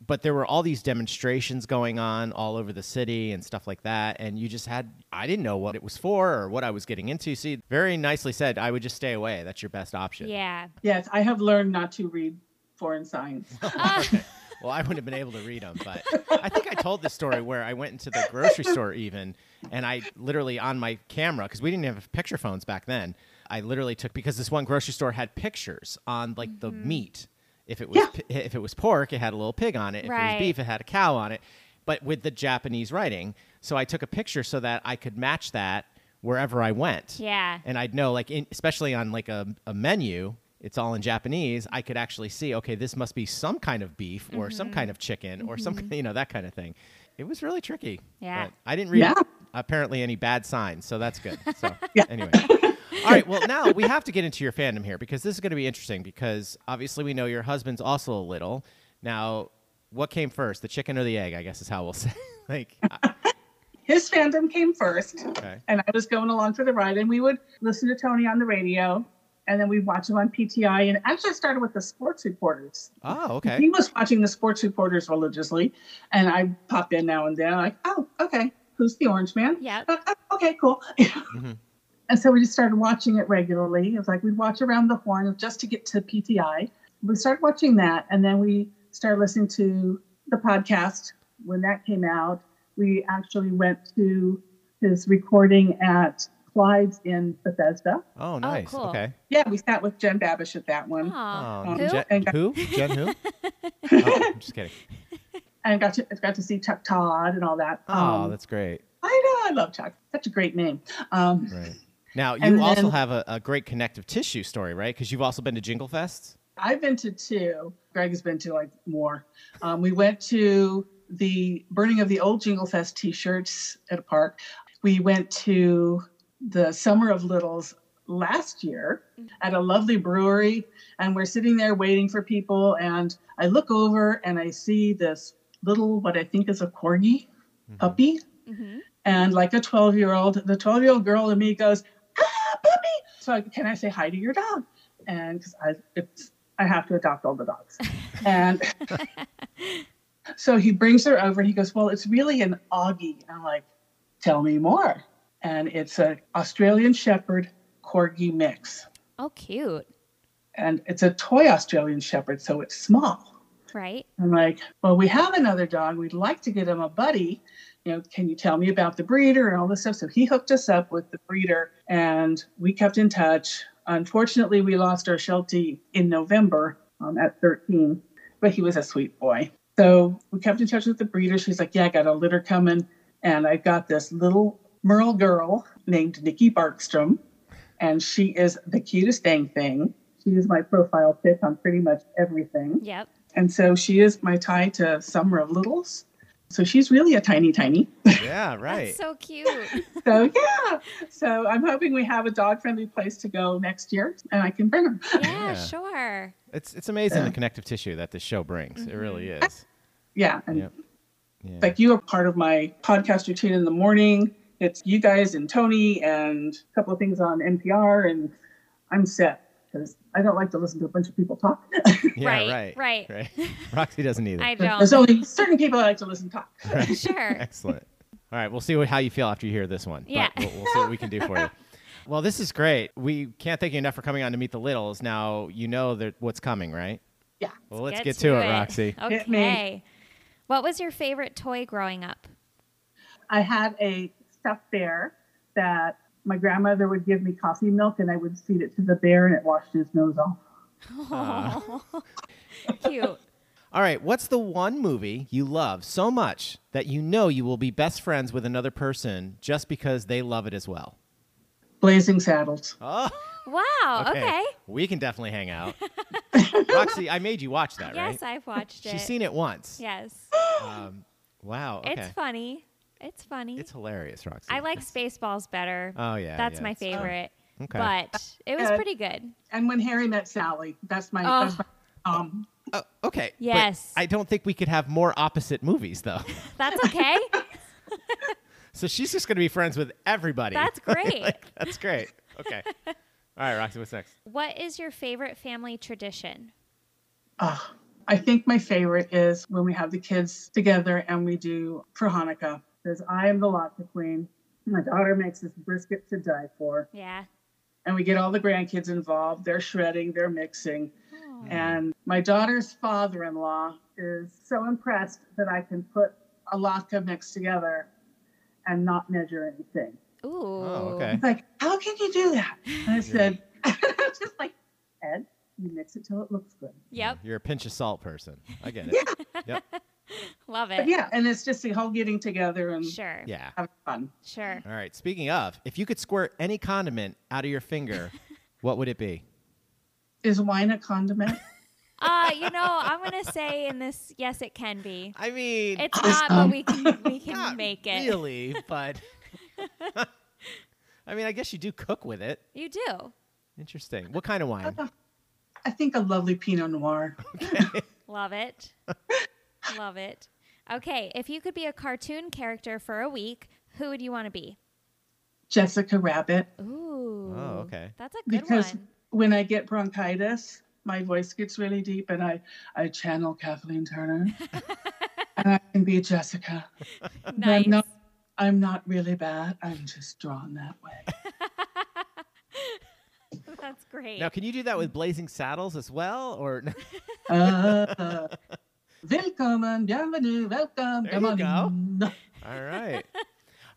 S3: But there were all these demonstrations going on all over the city and stuff like that. And you just had, I didn't know what it was for or what I was getting into. See, very nicely said, I would just stay away. That's your best option.
S2: Yeah.
S7: Yes, I have learned not to read foreign signs.
S3: Well, I wouldn't have been able to read them, but I think I told this story where I went into the grocery store even, and I literally on my camera because we didn't have picture phones back then. I literally took because this one grocery store had pictures on like the meat. If it was
S7: Yeah.
S3: pi- if it was pork, it had a little pig on it. If it
S2: Right.
S3: was beef, it had a cow on it, but with the Japanese writing. So I took a picture so that I could match that wherever I went
S2: Yeah.
S3: and I'd know like in, especially on like a, a menu, it's all in Japanese. I could actually see okay, this must be some kind of beef or
S2: Mm-hmm.
S3: some kind of chicken or some *laughs* you know that kind of thing. It was really tricky.
S2: Yeah.
S3: but I didn't read
S7: Yeah.
S3: apparently any bad signs, so that's good. So anyway. All right, well now we have to get into your fandom here because this is going to be interesting because obviously we know your husband's also a little. Now, what came first, the chicken or the egg? I guess is how we'll *laughs* say. like uh, I-
S7: His fandom came first,
S3: okay.
S7: and I was going along for the ride, and we would listen to Tony on the radio. And then we'd watch him on PTI. And actually, I started with the sports reporters.
S3: Oh, okay.
S2: *laughs*
S7: He was watching the sports reporters religiously. And I pop in now and then, like, oh, okay, who's the orange man?
S2: Yep.
S7: Uh, uh, okay, cool.
S3: Mm-hmm.
S7: *laughs* And so we just started watching it regularly. It was like we'd watch around the horn just to get to PTI. We started watching that, and then we started listening to the podcast when that came out. We actually went to his recording at Clyde's in Bethesda.
S3: Oh, nice.
S2: cool.
S3: Okay.
S7: Yeah, we sat with Jen Babish at that
S3: oh,
S7: one
S2: Aw.
S7: Um,
S2: Who?
S7: Jack-
S3: Jen, who? Jen
S7: *laughs*
S3: who? oh, I'm just kidding.
S7: and got to got to see Chuck Todd and all that.
S3: Oh,
S7: *laughs* Um,
S3: that's great.
S7: I know, I love Chuck. Such a great name. Um,
S3: Right. Now, you
S7: and
S3: also
S7: then-
S3: have a, a great connective tissue story, right? Because you've also been to Jingle Fest.
S7: I've been to two. Greg has been to like more. Um, we went to the burning of the old Jingle Fest T-shirts at a park. We went to the Summer of Littles last year at a lovely brewery, and we're sitting there waiting for people. And I look over and I see this little, what I think is a corgi puppy,
S2: Mhm.
S7: and like a twelve-year-old. The twelve-year-old girl in me goes, "Ah, puppy!" So I, can I say hi to your dog? And because I, it's, I have to adopt all the dogs. And so he brings her over. He goes, Well, it's really an Augie. And I'm like, Tell me more. And it's an Australian Shepherd Corgi mix.
S2: Oh, cute.
S7: And it's a toy Australian Shepherd, so it's small.
S2: Right?
S7: I'm like, Well, we have another dog. We'd like to get him a buddy. You know, can you tell me about the breeder and all this stuff? So he hooked us up with the breeder and we kept in touch. Unfortunately, we lost our Sheltie in November um, at 13 but he was a sweet boy. So we kept in touch with the breeder. She's like, Yeah, I got a litter coming. And I got this little Merle girl named Nikki Barkstrom. And she is the cutest dang thing. She is my profile pic on pretty much everything.
S2: Yep.
S7: And so she is my tie to Summer of Littles. So she's really a tiny, tiny.
S3: Mm-hmm.
S7: *laughs*
S3: Yeah, right.
S2: That's so cute.
S3: *laughs*
S7: So *laughs* yeah. So I'm hoping we have a dog friendly place to go next year and I can bring her. *laughs*
S2: yeah,
S3: Yeah.
S2: sure.
S3: it's it's amazing the connective tissue that this show brings. It really
S2: Mm-hmm.
S3: is.
S7: Yeah. And
S3: Yep. Yeah.
S7: like you are part of my podcast routine in the morning. It's you guys and Tony and a couple of things on NPR, and I'm set. because I don't like to listen to a bunch of people talk.
S3: Yeah,
S2: Right,
S3: right,
S2: right. *laughs*
S3: right. Roxy doesn't either. *laughs*
S2: I don't.
S7: *laughs* There's only certain people I like to listen talk.
S2: Sure.
S3: Excellent. All right, we'll see what, how you feel after you hear this one.
S2: Yeah.
S3: But we'll, we'll see what we can do
S2: *laughs*
S3: for you. Well, this is great. We can't thank you enough for coming on to meet the Littles. Now you know that what's coming, right?
S7: Yeah.
S3: Well, *laughs* let's, get, to, it,
S2: *laughs*
S3: Roxy.
S7: Hit me.
S2: Okay. What was your favorite toy growing up?
S7: I had a stuffed bear that my grandmother would give me coffee milk and I would feed it to the bear and it washed his nose off.
S3: Uh.
S2: *laughs* Cute.
S3: All right, what's the one movie you love so much that you know you will be best friends with another person just because they love it as well?
S7: Blazing Saddles.
S3: Oh,
S2: Wow. Okay.
S3: We can definitely
S2: *laughs*
S3: hang out. Roxy, I made you watch that,
S2: Yes,
S3: right?
S2: I've watched it.
S3: She's seen it once.
S2: Yes.
S3: Um, wow. Okay.
S2: It's funny. It's funny.
S3: It's hilarious, Roxy.
S2: I like
S3: It's-
S2: Spaceballs better.
S3: Oh yeah.
S2: That's
S3: yeah,
S2: my
S3: it's fun.
S2: favorite.
S3: Okay.
S2: But it was
S7: Uh,
S2: pretty good.
S7: And when Harry met Sally, that's my,
S2: Oh.
S7: that's my um,
S3: Oh, okay. but
S2: Yes.
S3: I don't think we could have more opposite movies,
S2: *laughs*
S3: though.
S2: That's okay.
S3: so she's just going to be friends with everybody.
S2: That's great.
S3: That's great.
S2: *laughs*
S3: Okay. All right, Roxy, what's next?
S2: what is your favorite family tradition?
S7: Ah, I think my favorite is when we have the kids together and we do for Hanukkah because I am the latke queen. My daughter makes this brisket to die for,
S2: Yeah.
S7: and we get all the grandkids involved. They're shredding, they're mixing, and my daughter's father-in-law is so impressed that I can put a latke mix together and not measure anything.
S2: Ooh.
S3: Oh, okay.
S7: He's like, "How can you do that?" And I said, *laughs* "I was just like, Ed, you mix it till it looks good."
S2: Yep.
S3: You're a pinch of salt person. I get it. yep.
S2: Love
S7: But
S2: it.
S7: yeah, and it's just the whole getting together and
S2: Sure.
S3: Yeah.
S7: having fun.
S2: Sure.
S3: All right. Speaking of, if you could squirt any condiment out of
S2: *laughs*
S3: your finger, what would it be?
S7: Is wine a condiment?
S2: Uh, you know, I'm gonna say in this, yes, it can be.
S3: I mean,
S2: It's not, but we can we
S3: *laughs*
S2: can make it.
S3: really,
S2: *laughs*
S3: but *laughs* I mean, I guess you do cook with it.
S2: You do.
S3: Interesting. What kind of wine?
S7: I think a lovely Pinot Noir.
S2: Love it. Love it. Okay, if you could be a cartoon character for a week, who would you want to be?
S7: Jessica Rabbit.
S2: Ooh.
S3: Oh, okay.
S2: That's a good
S7: Because
S2: one.
S7: when I get bronchitis, my voice gets really deep and I, I channel Kathleen
S2: *laughs*
S7: Turner. and I can be Jessica.
S2: Nice.
S7: I'm not, I'm not really bad. I'm just drawn that way.
S2: *laughs* That's great.
S3: Now, can you do that with Blazing Saddles as well? Or
S7: Uh, welcome and bienvenue. Welcome.
S3: There you
S7: go.
S3: all right,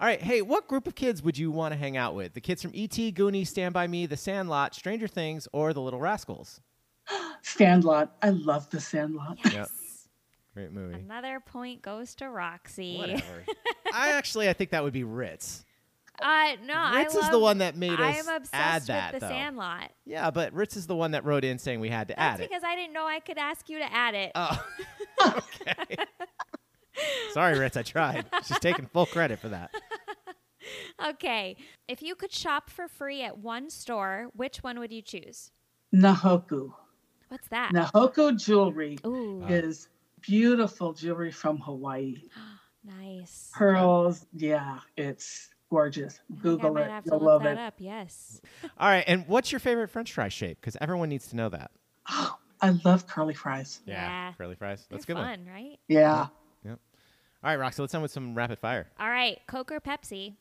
S3: all right. Hey, what group of kids would you want to hang out with? The kids from E.T., Goonies, Stand by Me, The Sandlot, Stranger Things, or The Little Rascals?
S7: Sandlot. I love the Sandlot.
S2: Yes.
S3: Great movie.
S2: Another point goes to Roxy.
S3: Whatever. I actually, I think that would be Ritz.
S2: *laughs* Uh, no,
S3: Ritz
S2: I
S3: is the
S2: love-
S3: one that made
S2: I
S3: us
S2: am obsessed
S3: add
S2: with
S3: that,
S2: the
S3: though.
S2: Sandlot.
S3: Yeah, but Ritz is the one that wrote in saying we had to
S2: That's
S3: add it.
S2: because I didn't know I could ask you to add it.
S3: Oh.
S2: *laughs*
S3: okay. Sorry, Ritz. I tried. She's taking full credit for that.
S2: Okay. If you could shop for free at one store, which one would you choose?
S7: Nahoku.
S2: What's that?
S7: Nahoku jewelry
S2: Ooh,
S7: is beautiful jewelry from Hawaii.
S2: nice.
S7: pearls. Yeah, it's gorgeous.
S2: I think
S7: Google
S2: I might
S7: it.
S2: have to
S7: You'll
S2: look
S7: love
S2: that
S7: it.
S2: up. Yes.
S3: All right. And what's your favorite French fry shape? Because everyone needs to know that.
S7: I love curly fries.
S2: Yeah.
S3: Curly fries. That's a
S2: They're
S3: good one.
S2: fun, right?
S7: Yeah,
S3: All right, Roxy, let's end with some rapid fire.
S2: All right, Coke or Pepsi?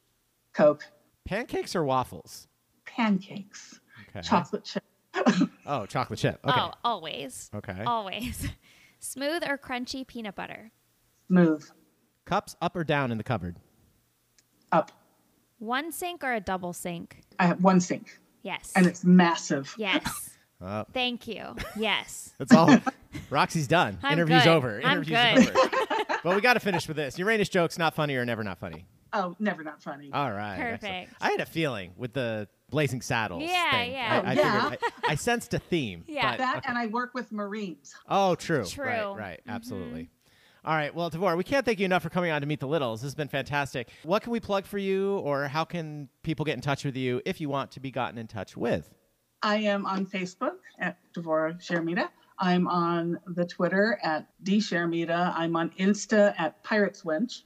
S7: Coke,
S3: Pancakes or waffles?
S7: pancakes,
S3: Okay.
S7: chocolate chip. *laughs*
S3: Oh, chocolate chip. Okay.
S2: Oh, always.
S3: Okay.
S2: Always. *laughs* Smooth or crunchy peanut butter?
S7: Move
S3: Cups up or down in the cupboard?
S7: up.
S2: One sink or a double sink?
S7: I have one sink,
S2: Yes.
S7: and it's massive.
S3: *laughs*
S2: yes.
S3: Oh.
S2: Thank you. Yes. *laughs*
S3: That's all. Roxy's done.
S2: I'm
S3: Interview's
S2: good.
S3: over.
S2: I'm
S3: Interview's
S2: good. *laughs*
S3: over. but we got to finish with this. Uranus jokes, not funny or never not funny.
S7: Oh, never not funny.
S3: All right. excellent.
S2: Perfect.
S3: I had a feeling with the Blazing Saddles.
S2: Yeah,
S3: thing.
S2: yeah.
S3: I, I,
S7: Yeah.
S3: figured- I- I sensed a theme.
S2: *laughs* Yeah.
S3: but-
S7: that, and I work with Marines.
S3: Oh, true.
S2: True. Mm-hmm.
S3: Right, right. Absolutely. All right. Well, Devor, we can't thank you enough for coming on to Meet the Littles. This has been fantastic. What can we plug for you, or how can people get in touch with you if you want to be gotten in touch with?
S7: I am on Facebook at Devora Sharmita. I'm on the Twitter at D Sharmita. I'm on Insta at Pirates Wench.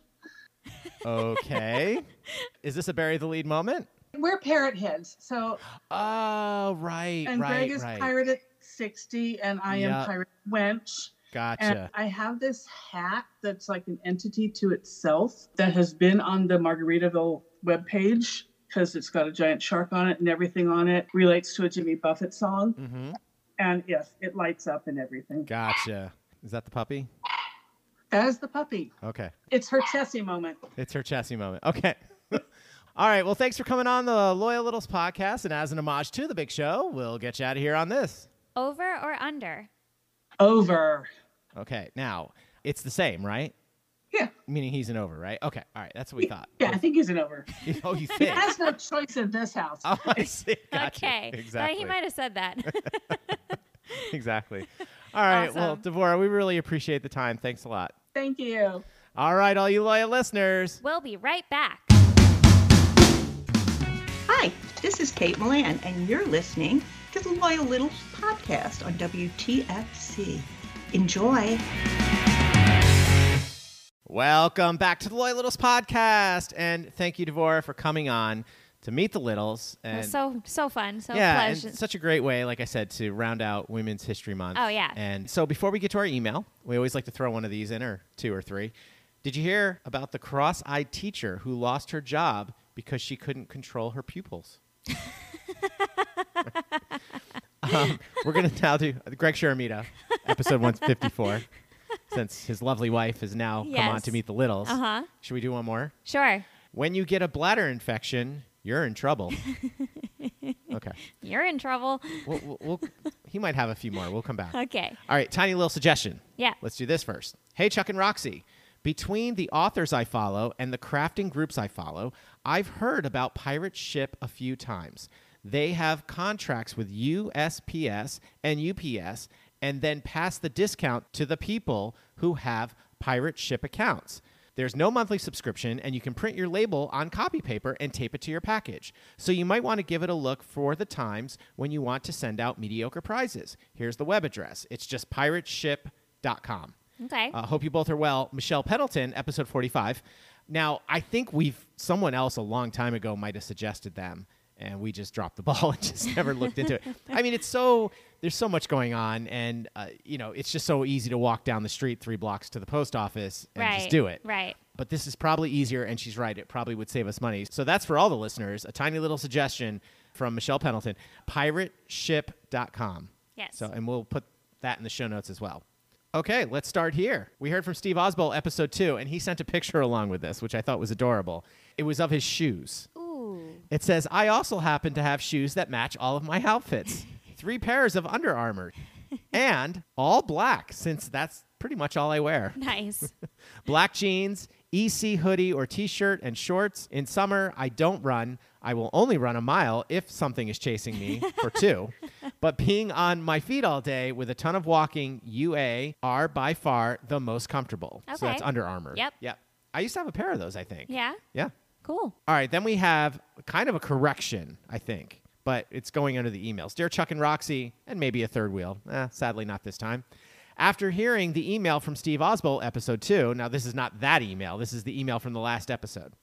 S3: Okay. Is this a bury the lead moment?
S7: We're parrot heads. So,
S3: Oh, right,
S7: and
S3: right,
S7: Greg is
S3: right.
S7: pirate at 60, and I
S3: Yeah.
S7: am pirate wench. And
S3: gotcha.
S7: I have this hat that's like an entity to itself that has been on the Margaritaville webpage because it's got a giant shark on it and everything on it relates to a Jimmy Buffett song.
S3: Mm-hmm.
S7: And yes, it lights up and everything.
S3: Gotcha. Is that the puppy?
S7: That is the puppy.
S3: Okay.
S7: It's her Tessie moment.
S3: It's her chassis moment. Okay. *laughs* All right. Well, thanks for coming on the Loyal Littles podcast. And as an homage to the big show, we'll get you out of here on this.
S2: Over or
S3: *laughs*
S2: under?
S7: Over.
S3: Okay. Now, it's the same, right?
S7: Yeah.
S3: Meaning he's an over, right? Okay. All right. That's what we thought.
S7: Yeah, I think he's an over.
S3: Oh, *laughs*
S7: *laughs*
S3: you think?
S7: Has no choice in this house.
S3: *laughs* Oh, I *laughs* see. Gotcha.
S2: Okay. Thought
S3: Exactly.
S2: He might have said
S3: *laughs*
S2: that.
S3: exactly. All right. Well,
S2: Awesome.
S3: Devorah, we really appreciate the time. Thanks a lot.
S7: Thank you.
S3: All right, all you loyal listeners.
S2: we'll be right back.
S9: Hi, this is Kate Milan, and you're listening to the Loyal Littles podcast on WTFC. Enjoy.
S3: Welcome back to the Loyal Littles podcast, and thank you, Devorah, for coming on to meet the Littles.
S2: It
S3: *laughs* And
S2: was so so fun. So
S3: yeah, and
S2: pleasant.
S3: such a great way, like I said, to round out Women's History Month.
S2: Oh, yeah.
S3: And so before we get to our email, we always like to throw one of these in, or two or three. Did you hear about the cross-eyed teacher who lost her job because she couldn't control
S2: *laughs*
S3: her pupils? um, we're gonna now do Greg Sharamita, episode one fifty-four. Since his lovely wife has now come on
S2: Yes.
S3: to meet the Littles,
S2: Uh-huh.
S3: should we do one more?
S2: sure.
S3: When you get a bladder infection, you're
S2: *laughs*
S3: in trouble. okay.
S2: You're in trouble. *laughs*
S3: We'll, we'll, we'll, he might have a few more. We'll come back.
S2: Okay.
S3: All right, tiny little suggestion.
S2: Yeah.
S3: Let's do this first. Hey, Chuck and Roxy. Between the authors I follow and the crafting groups I follow, I've heard about Pirate Ship a few times. They have contracts with USPS and UPS and then pass the discount to the people who have Pirate Ship accounts. There's no monthly subscription, and you can print your label on copy paper and tape it to your package. So you might want to give it a look for the times when you want to send out mediocre prizes. Here's the web address it's just pirateship.com.
S2: Okay.
S3: Uh, hope you both are well. Michelle Pendleton, episode 45. Now, I think we've, someone else a long time ago might have suggested them, and we just dropped the *laughs* ball and just never looked into it. I mean, it's so, there's so much going on, and, uh, you know, it's just so easy to walk down the street three blocks to the post office and
S2: right.
S3: just do it.
S2: Right. *laughs*
S3: But this is probably easier, and she's right. It probably would save us money. So that's for all the listeners. A tiny little suggestion from Michelle Pendleton pirateship.com.
S2: Yes.
S3: So, and we'll put that in the show notes as well. Okay, let's start here. We heard from Steve Osbald, episode two, and he sent a picture along with this, which I thought was adorable. It was of his shoes.
S2: Ooh.
S3: It says, I also happen to have shoes that match all of my
S2: *laughs*
S3: outfits. Three pairs of Under Armour and all black, since that's pretty much all I wear *laughs*
S2: Nice.
S3: black jeans, EC hoodie or t shirt, and shorts. In summer, I don't run. I will only run a mile if something is chasing
S2: *laughs*
S3: me for two. But being on my feet all day with a ton of walking, UA are by far the most comfortable. So that's
S2: Okay.
S3: Under Armour.
S2: Yep.
S3: Yep. I used to have a pair of those, I think.
S2: yeah.
S3: Yeah.
S2: Cool.
S3: All right, then we have kind of a correction, I think, but it's going under the emails. Dear Chuck and Roxy, and maybe a third wheel. Eh, sadly, not this time. After hearing the email from Steve Osbald, episode two, now this is not that email, this is the email from the last episode.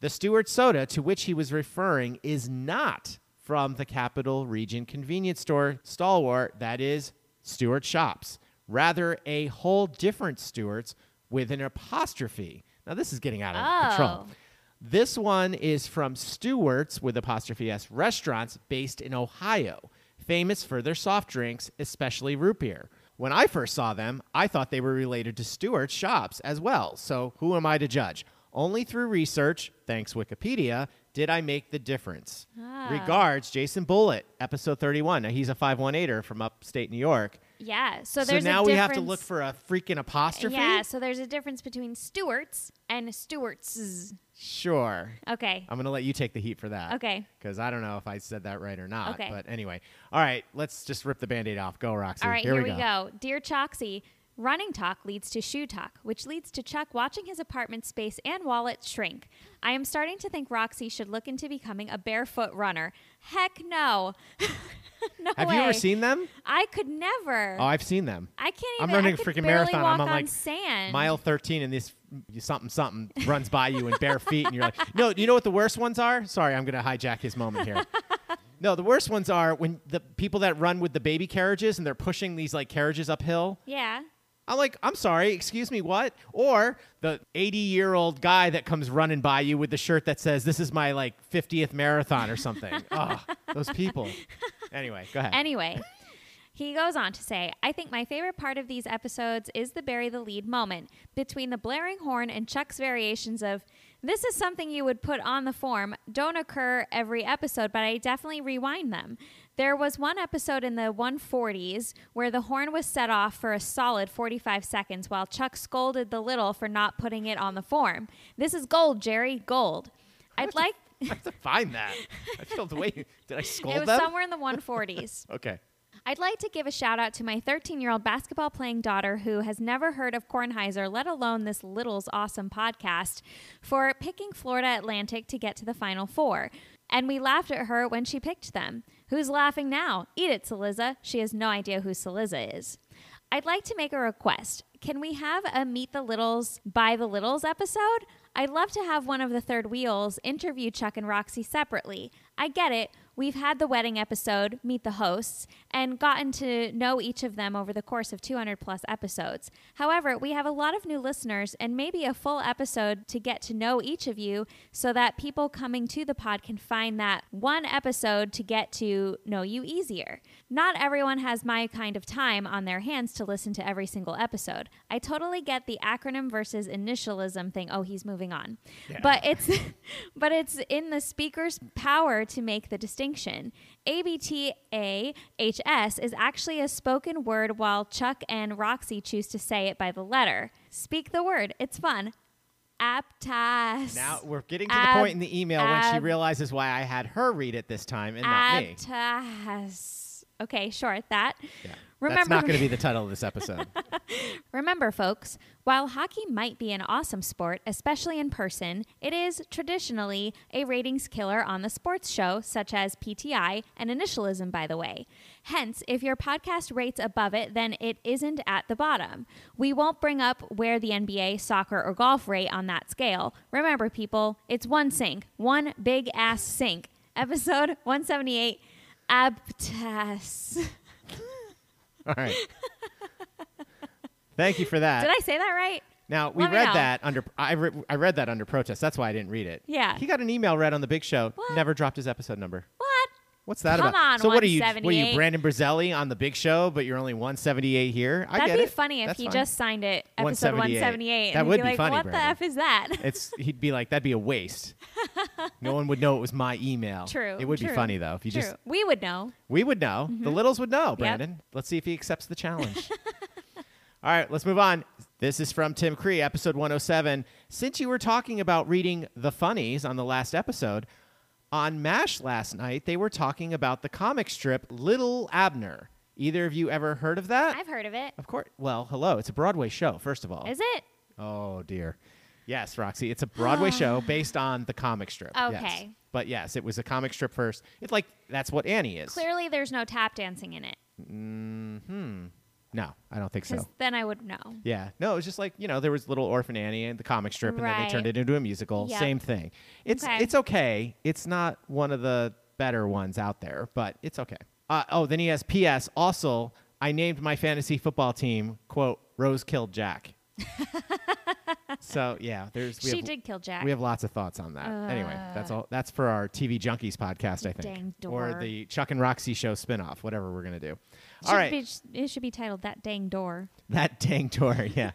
S3: The Stewart soda to which he was referring is not from the Capital Region convenience store stalwart that is Stewart Shops, rather, a whole different Stewart's with an apostrophe. Now, this is getting out of
S2: Oh.
S3: control. This one is from Stewart's with apostrophe S restaurants based in Ohio, famous for their soft drinks, especially root beer. When I first saw them, I thought they were related to Stewart's shops as well, so who am I to judge? Only through research, thanks Wikipedia, did I make the difference.
S2: Ah.
S3: Regards, Jason Bullitt, episode 31. Now, he's a 518er from upstate New York.
S2: Yeah. So
S3: So
S2: there's
S3: now
S2: a
S3: we
S2: difference.
S3: have to look for a freaking apostrophe?
S2: Yeah. So there's a difference between Stewart's and Stewart's.
S3: Sure.
S2: Okay.
S3: I'm going to let you take the heat for that.
S2: Okay.
S3: Because I don't know if I said that right or not.
S2: Okay.
S3: But anyway, all right, let's just rip the band aid off. Go, Roxy.
S2: All right.
S3: here,
S2: Here, we go. Dear Choxy, Running talk leads to shoe talk, which leads to Chuck watching his apartment space and wallet shrink. I am starting to think Roxy should look into becoming a barefoot runner. Heck no. *laughs* no
S3: Have
S2: way.
S3: you ever seen them?
S2: I could never.
S3: Oh, I've seen them.
S2: I can't even.
S3: I'm running
S2: I
S3: a
S2: could
S3: freaking
S2: barely
S3: marathon.
S2: Walk
S3: I'm on like
S2: sand.
S3: mile 13, and this something something runs by you in bare feet, and you're like, no. You know what the worst ones are? Sorry, I'm gonna hijack his
S2: *laughs*
S3: moment here. No, the worst ones are when the people that run with the baby carriages and they're pushing these like carriages uphill.
S2: Yeah.
S3: I'm like, I'm sorry, excuse me, what? Or the 80 year old guy that comes running by you with the shirt that says, "This is my like 50th marathon" or something.
S2: *laughs*
S3: oh, those people. Anyway, go ahead.
S2: Anyway, he goes on to say, I think my favorite part of these episodes is the bury the lead moment between the blaring horn and Chuck's variations of, this is something you would put on the form, don't occur every episode, but I definitely rewind them. There was one episode in the 140s where the horn was set off for a solid 45 seconds while Chuck scolded the little for not putting it on the form. This is gold, Jerry, gold. I'd like.
S3: *laughs* I have to find that. I feel the way. Did I scold
S2: *laughs* It was
S3: them?
S2: somewhere in the 140s.
S3: Okay.
S2: I'd like to give a shout out to my 13 year old basketball playing daughter who has never heard of Kornheiser, let alone this Little's awesome podcast, for picking Florida Atlantic to get to the Final Four. And we laughed at her when she picked them. Who's laughing now? Eat it, Saliza. She has no idea who Saliza is. I'd like to make a request. Can we have a Meet the Littles by the Littles episode? I'd love to have one of the third wheels interview Chuck and Roxy separately. I get it. We've had the wedding episode, Meet the Hosts, and gotten to know each of them over the course of 200 plus episodes. However, we have a lot of new listeners and maybe a full episode to get to know each of you so that people coming to the pod can find that one episode to get to know you easier. Not everyone has my kind of time on their hands to listen to every single episode. I totally get the acronym versus initialism thing. Oh, he's moving on. But it's *laughs* but it's in the speaker's power to make the distinction. ABTAHS is actually a spoken word while Chuck and Roxy choose to say it by the letter. Speak the word. It's fun. Aptas.
S3: Now we're getting to the
S2: Ab-
S3: point in the email when she
S2: ab-
S3: realizes why I had her read it this time and not me.
S2: Aptas. Okay, sure. That.
S3: Yeah.
S2: Remember
S3: That's not going to be the title of
S2: *laughs*
S3: this episode.
S2: Remember, folks, while hockey might be an awesome sport, especially in person, it is traditionally a ratings killer on the sports show, such as PTI and initialism, by the way. Hence, if your podcast rates above it, then it isn't at the bottom. We won't bring up where the NBA, soccer, or golf rate on that scale. Remember, people, it's one sink, one big ass sink. Episode 178 *laughs* Abtas.
S3: All right. Thank you for that.
S2: Did I say that right?
S3: now we
S2: Let me
S3: read
S2: know.
S3: that under I, re- I read that under protest. That's why I didn't read it.
S2: Yeah.
S3: He got an email read on the big show.
S2: What?
S3: Never dropped his episode number.
S2: What?
S3: What's that
S2: Come
S3: about?
S2: on,
S3: so what are you? What are you,
S2: 178?
S3: Brandon Brazzelli on the big show, but you're only 178 here? I
S2: That'd
S3: get
S2: be
S3: it.
S2: funny if
S3: That's
S2: he
S3: fine.
S2: just signed it episode 178.
S3: 178. That
S2: and
S3: would
S2: he'd
S3: be
S2: like,
S3: funny,
S2: What
S3: Brandon.
S2: the f is that?
S3: It's he'd be like that'd be a waste. no one would know it was my
S2: *laughs*
S3: email.
S2: true.
S3: It would be
S2: true,
S3: funny though if you
S2: true.
S3: just
S2: we would know.
S3: We would know.
S2: Mm-hmm.
S3: The littles would know, Brandon. Let's see if he accepts the challenge. *laughs* All right, let's move on. This is from Tim Cree, episode 107. Since you were talking about reading the funnies on the last episode, on MASH last night, they were talking about the comic strip Little Abner. Either of you ever heard of that?
S2: I've heard of it.
S3: of course. Well, hello. It's a Broadway show, first of all.
S2: Is it?
S3: Oh dear. Yes, Roxy. It's a
S2: *sighs*
S3: Broadway show based on the comic strip. yes.
S2: Okay.
S3: But yes, it was a comic strip first. It's like that's what Annie is.
S2: Clearly, there's no tap dancing in it
S3: No, I don't think
S2: because
S3: so.
S2: then I would know.
S3: Yeah. No, it was just like, you know, there was Little Orphan Annie and the comic strip and then they turned
S2: Right.
S3: it into a musical.
S2: Yep.
S3: Same thing. It's
S2: Okay.
S3: it's okay. It's not one of the better ones out there, but it's okay. Uh, oh, then he has PS also I named my fantasy football team, quote, Rose killed
S2: *laughs*
S3: Jack. so yeah, there's we
S2: She
S3: have,
S2: did kill Jack.
S3: We have lots of thoughts on that. anyway, that's all that's for our TV Junkies podcast, I think.
S2: Dang
S3: or
S2: dork.
S3: the Chuck and Roxy show spinoff, whatever we're gonna do. All
S2: Should
S3: right.
S2: be- it should be titled "That Dang Door."
S3: That dang door, *laughs* yeah.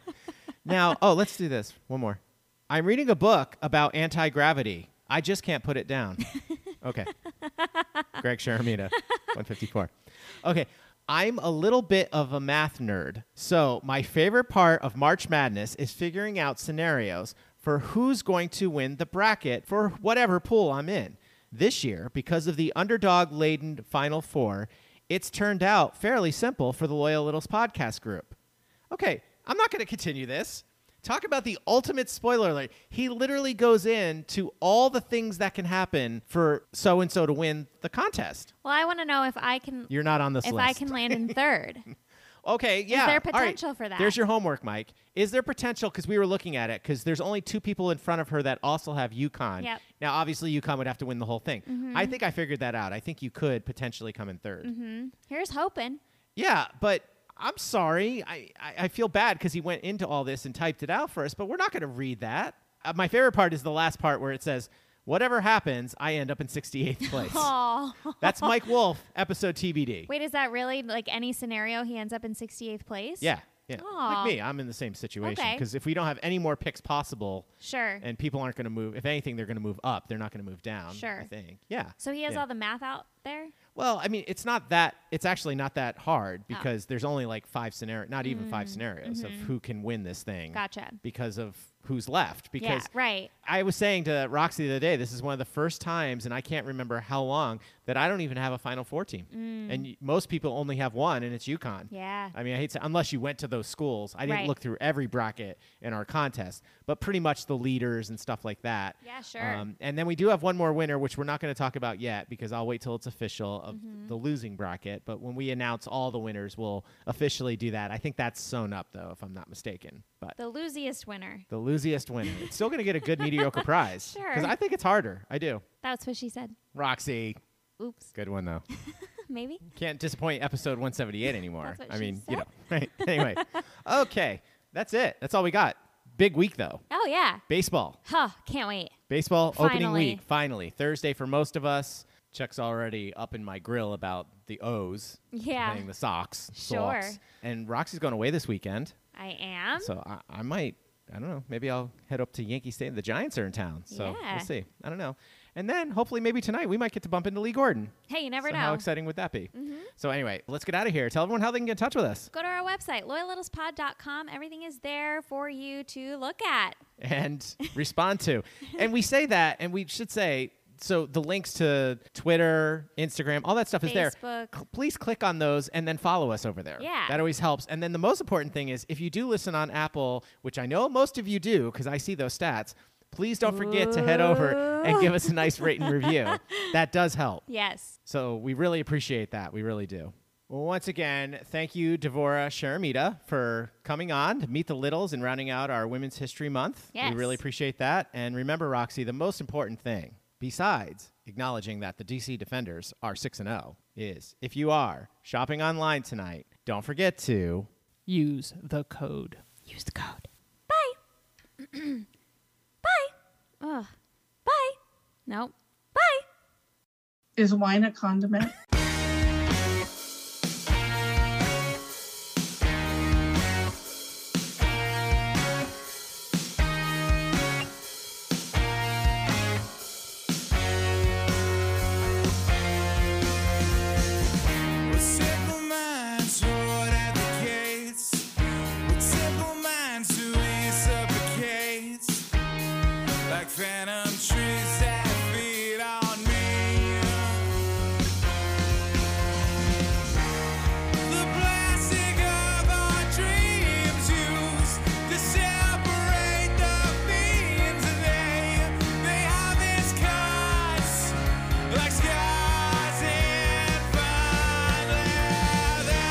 S3: now, oh, let's do this. One more. I'm reading a book about anti gravity. I just can't put it down. Okay. Greg Sharamita, 154. Okay. I'm a little bit of a math nerd. So, my favorite part of March Madness is figuring out scenarios for who's going to win the bracket for whatever pool I'm in. This year, because of the underdog laden Final Four, it's turned out fairly simple for the Loyal Littles podcast group. Okay, I'm not going to continue this. Talk about the ultimate spoiler alert. He literally goes in to all the things that can happen for so and so to win the contest.
S2: Well, I want to know if I can
S3: You're not on this
S2: if
S3: list.
S2: I can land
S3: *laughs*
S2: in third.
S3: Okay,
S2: there
S3: yeah. all right.
S2: potential for that?
S3: There's your homework, Mike. Is there potential? Because we were looking at it, because there's only two people in front of her that also have UConn.
S2: Yep. Mm-hmm.
S3: Now, obviously, UConn would have to win the whole thing. I think I figured that out. I think you could potentially come in 3rd
S2: Here's hoping.
S3: Yeah, but I'm sorry. I, I, I feel bad because he went into all this and typed it out for us, but we're not going to read that. Uh, my favorite part is the last part where it says, Whatever happens, I end up
S2: *laughs*
S3: in 68th place.
S2: Oh,
S3: That's Mike Wolf, episode TBD.
S2: wait, is that really like any scenario? He ends up in 68th place.
S3: Yeah. Yeah.
S2: Aw.
S3: Like me, I'm in the same situation
S2: Okay.
S3: because if we don't have any more picks possible
S2: sure.
S3: and people aren't going to move, if anything, they're going to move up. They're not going to move down.
S2: Sure.
S3: I think. Yeah.
S2: so he has
S3: yeah.
S2: all the math out there.
S3: Well, I mean, it's not that. It's actually not that
S2: Oh.
S3: hard because there's only like five scenario, not even five scenarios of who can win this thing.
S2: Mm-hmm. Gotcha.
S3: Because of who's left. Because
S2: yeah, right.
S3: I was saying to Roxy the other day, this is one of the first times, and I can't remember how long that I don't even have a Final Four team,
S2: Mm.
S3: and y- most people only have one, and it's UConn.
S2: Yeah.
S3: I mean, I hate to unless you went to those schools. I didn't
S2: Right.
S3: look through every bracket in our contest, but pretty much the leaders and stuff like that. Um,
S2: Yeah, sure.
S3: and then we do have one more winner, which we're not going to talk about yet because I'll wait till it's official of
S2: Mm-hmm.
S3: the losing bracket. But when we announce all the winners, we'll officially do that. I think that's sewn up though, if I'm not mistaken. But
S2: The losiest winner.
S3: the losiest winner. It's still going to get a
S2: *laughs*
S3: good mediocre prize.
S2: Sure.
S3: Because I think it's harder. I do.
S2: That's what she said.
S3: Roxy.
S2: Oops. *laughs*
S3: Good one, though.
S2: Maybe.
S3: Can't disappoint episode 178 anymore.
S2: That's what
S3: I
S2: she
S3: mean,
S2: said.
S3: you know. *laughs* Right. Anyway. okay. That's it. That's all we got. Big week, though.
S2: Oh yeah.
S3: Baseball.
S2: Huh. Can't wait.
S3: Baseball opening
S2: Finally.
S3: week. Finally. Thursday for most of us. Chuck's already up in my grill about the O's.
S2: Yeah.
S3: Playing the Sox.
S2: Sure. Um.
S3: Sox. And Roxy's going away this weekend.
S2: I am.
S3: So I, I might, I don't know, maybe I'll head up to Yankee Stadium. The Giants are in town, so
S2: Yeah.
S3: we'll see. I don't know. And then hopefully maybe tonight we might get to bump into Lee Gordon.
S2: hey, you never
S3: so
S2: know. Mm-hmm.
S3: How exciting would that be? So anyway, let's get out of here. Tell everyone how they can get in touch with us.
S2: Go to our website, loyallittlespod.com. Everything is there for you to look at. *laughs*
S3: and respond to. and we say that, and we should say so the links to Twitter, Instagram, all that stuff is there.
S2: Facebook.
S3: Cl- Please click on those and then follow us over there.
S2: Yeah.
S3: That always helps. And then the most important thing is if you do listen on Apple, which I know most of you do because I see those stats, please don't forget to head over and give us a nice rate and review.
S2: *laughs*
S3: That does help.
S2: Yes.
S3: So we really appreciate that. We really do. Well, once again, thank you, Devora Sharamita, for coming on to Meet the Littles and rounding out our Women's History Month.
S2: Yes.
S3: We really appreciate that. And remember, Roxy, the most important thing, besides acknowledging that the DC Defenders are 6 and 0, is if you are shopping online tonight, don't forget to
S5: Use the code.
S2: Use the code. Bye. *clears throat* Bye. Ugh. Bye. Nope. Bye.
S7: Is wine a condiment?
S6: With simple minds roared at the gates. With simple minds do we suffocate? Like phantom trees that feed on me. The plastic of our dreams used to separate the beams, and they they have these cuts. Like skies in fine leather.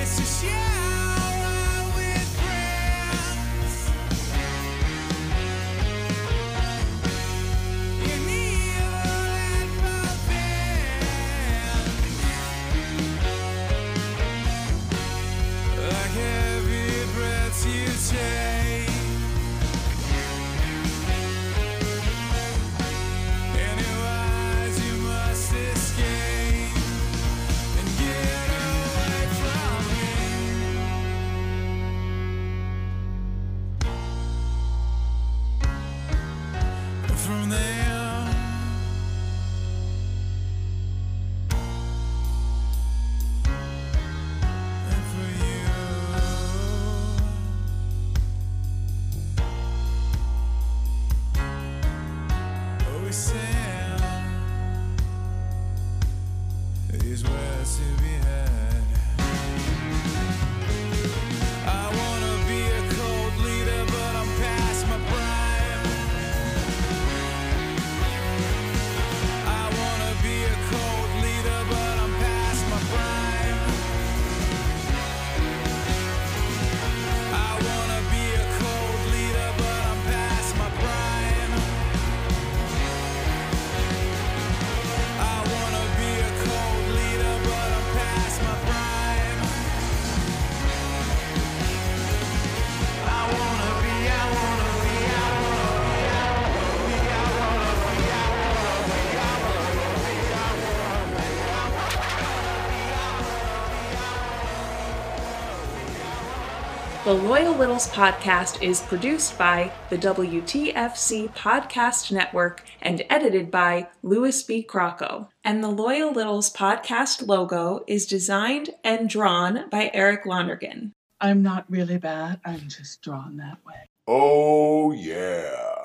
S6: It's a shower with friends. In evil and barbarian, like every breath you take, any wise you must escape and get away from me. from there. And for you. yourself is words to be heard. I wanna be a cold leader, but I'm past my prime. I wanna be a cold leader, but I'm past my prime. I wanna be a cold leader, but I'm past my prime. I wanna be a cold leader, but I'm past my prime. I wanna be, I wanna be, I wanna be, I wanna be, I wanna be, I wanna be, I wanna be, I wanna be, I
S1: The Loyal Littles podcast is produced by the WTFC Podcast Network and edited by Louis B. Crocco. And the Loyal Littles podcast logo is designed and drawn by Eric Lonergan.
S7: I'm not really bad. I'm just drawn that way.
S10: Oh, yeah.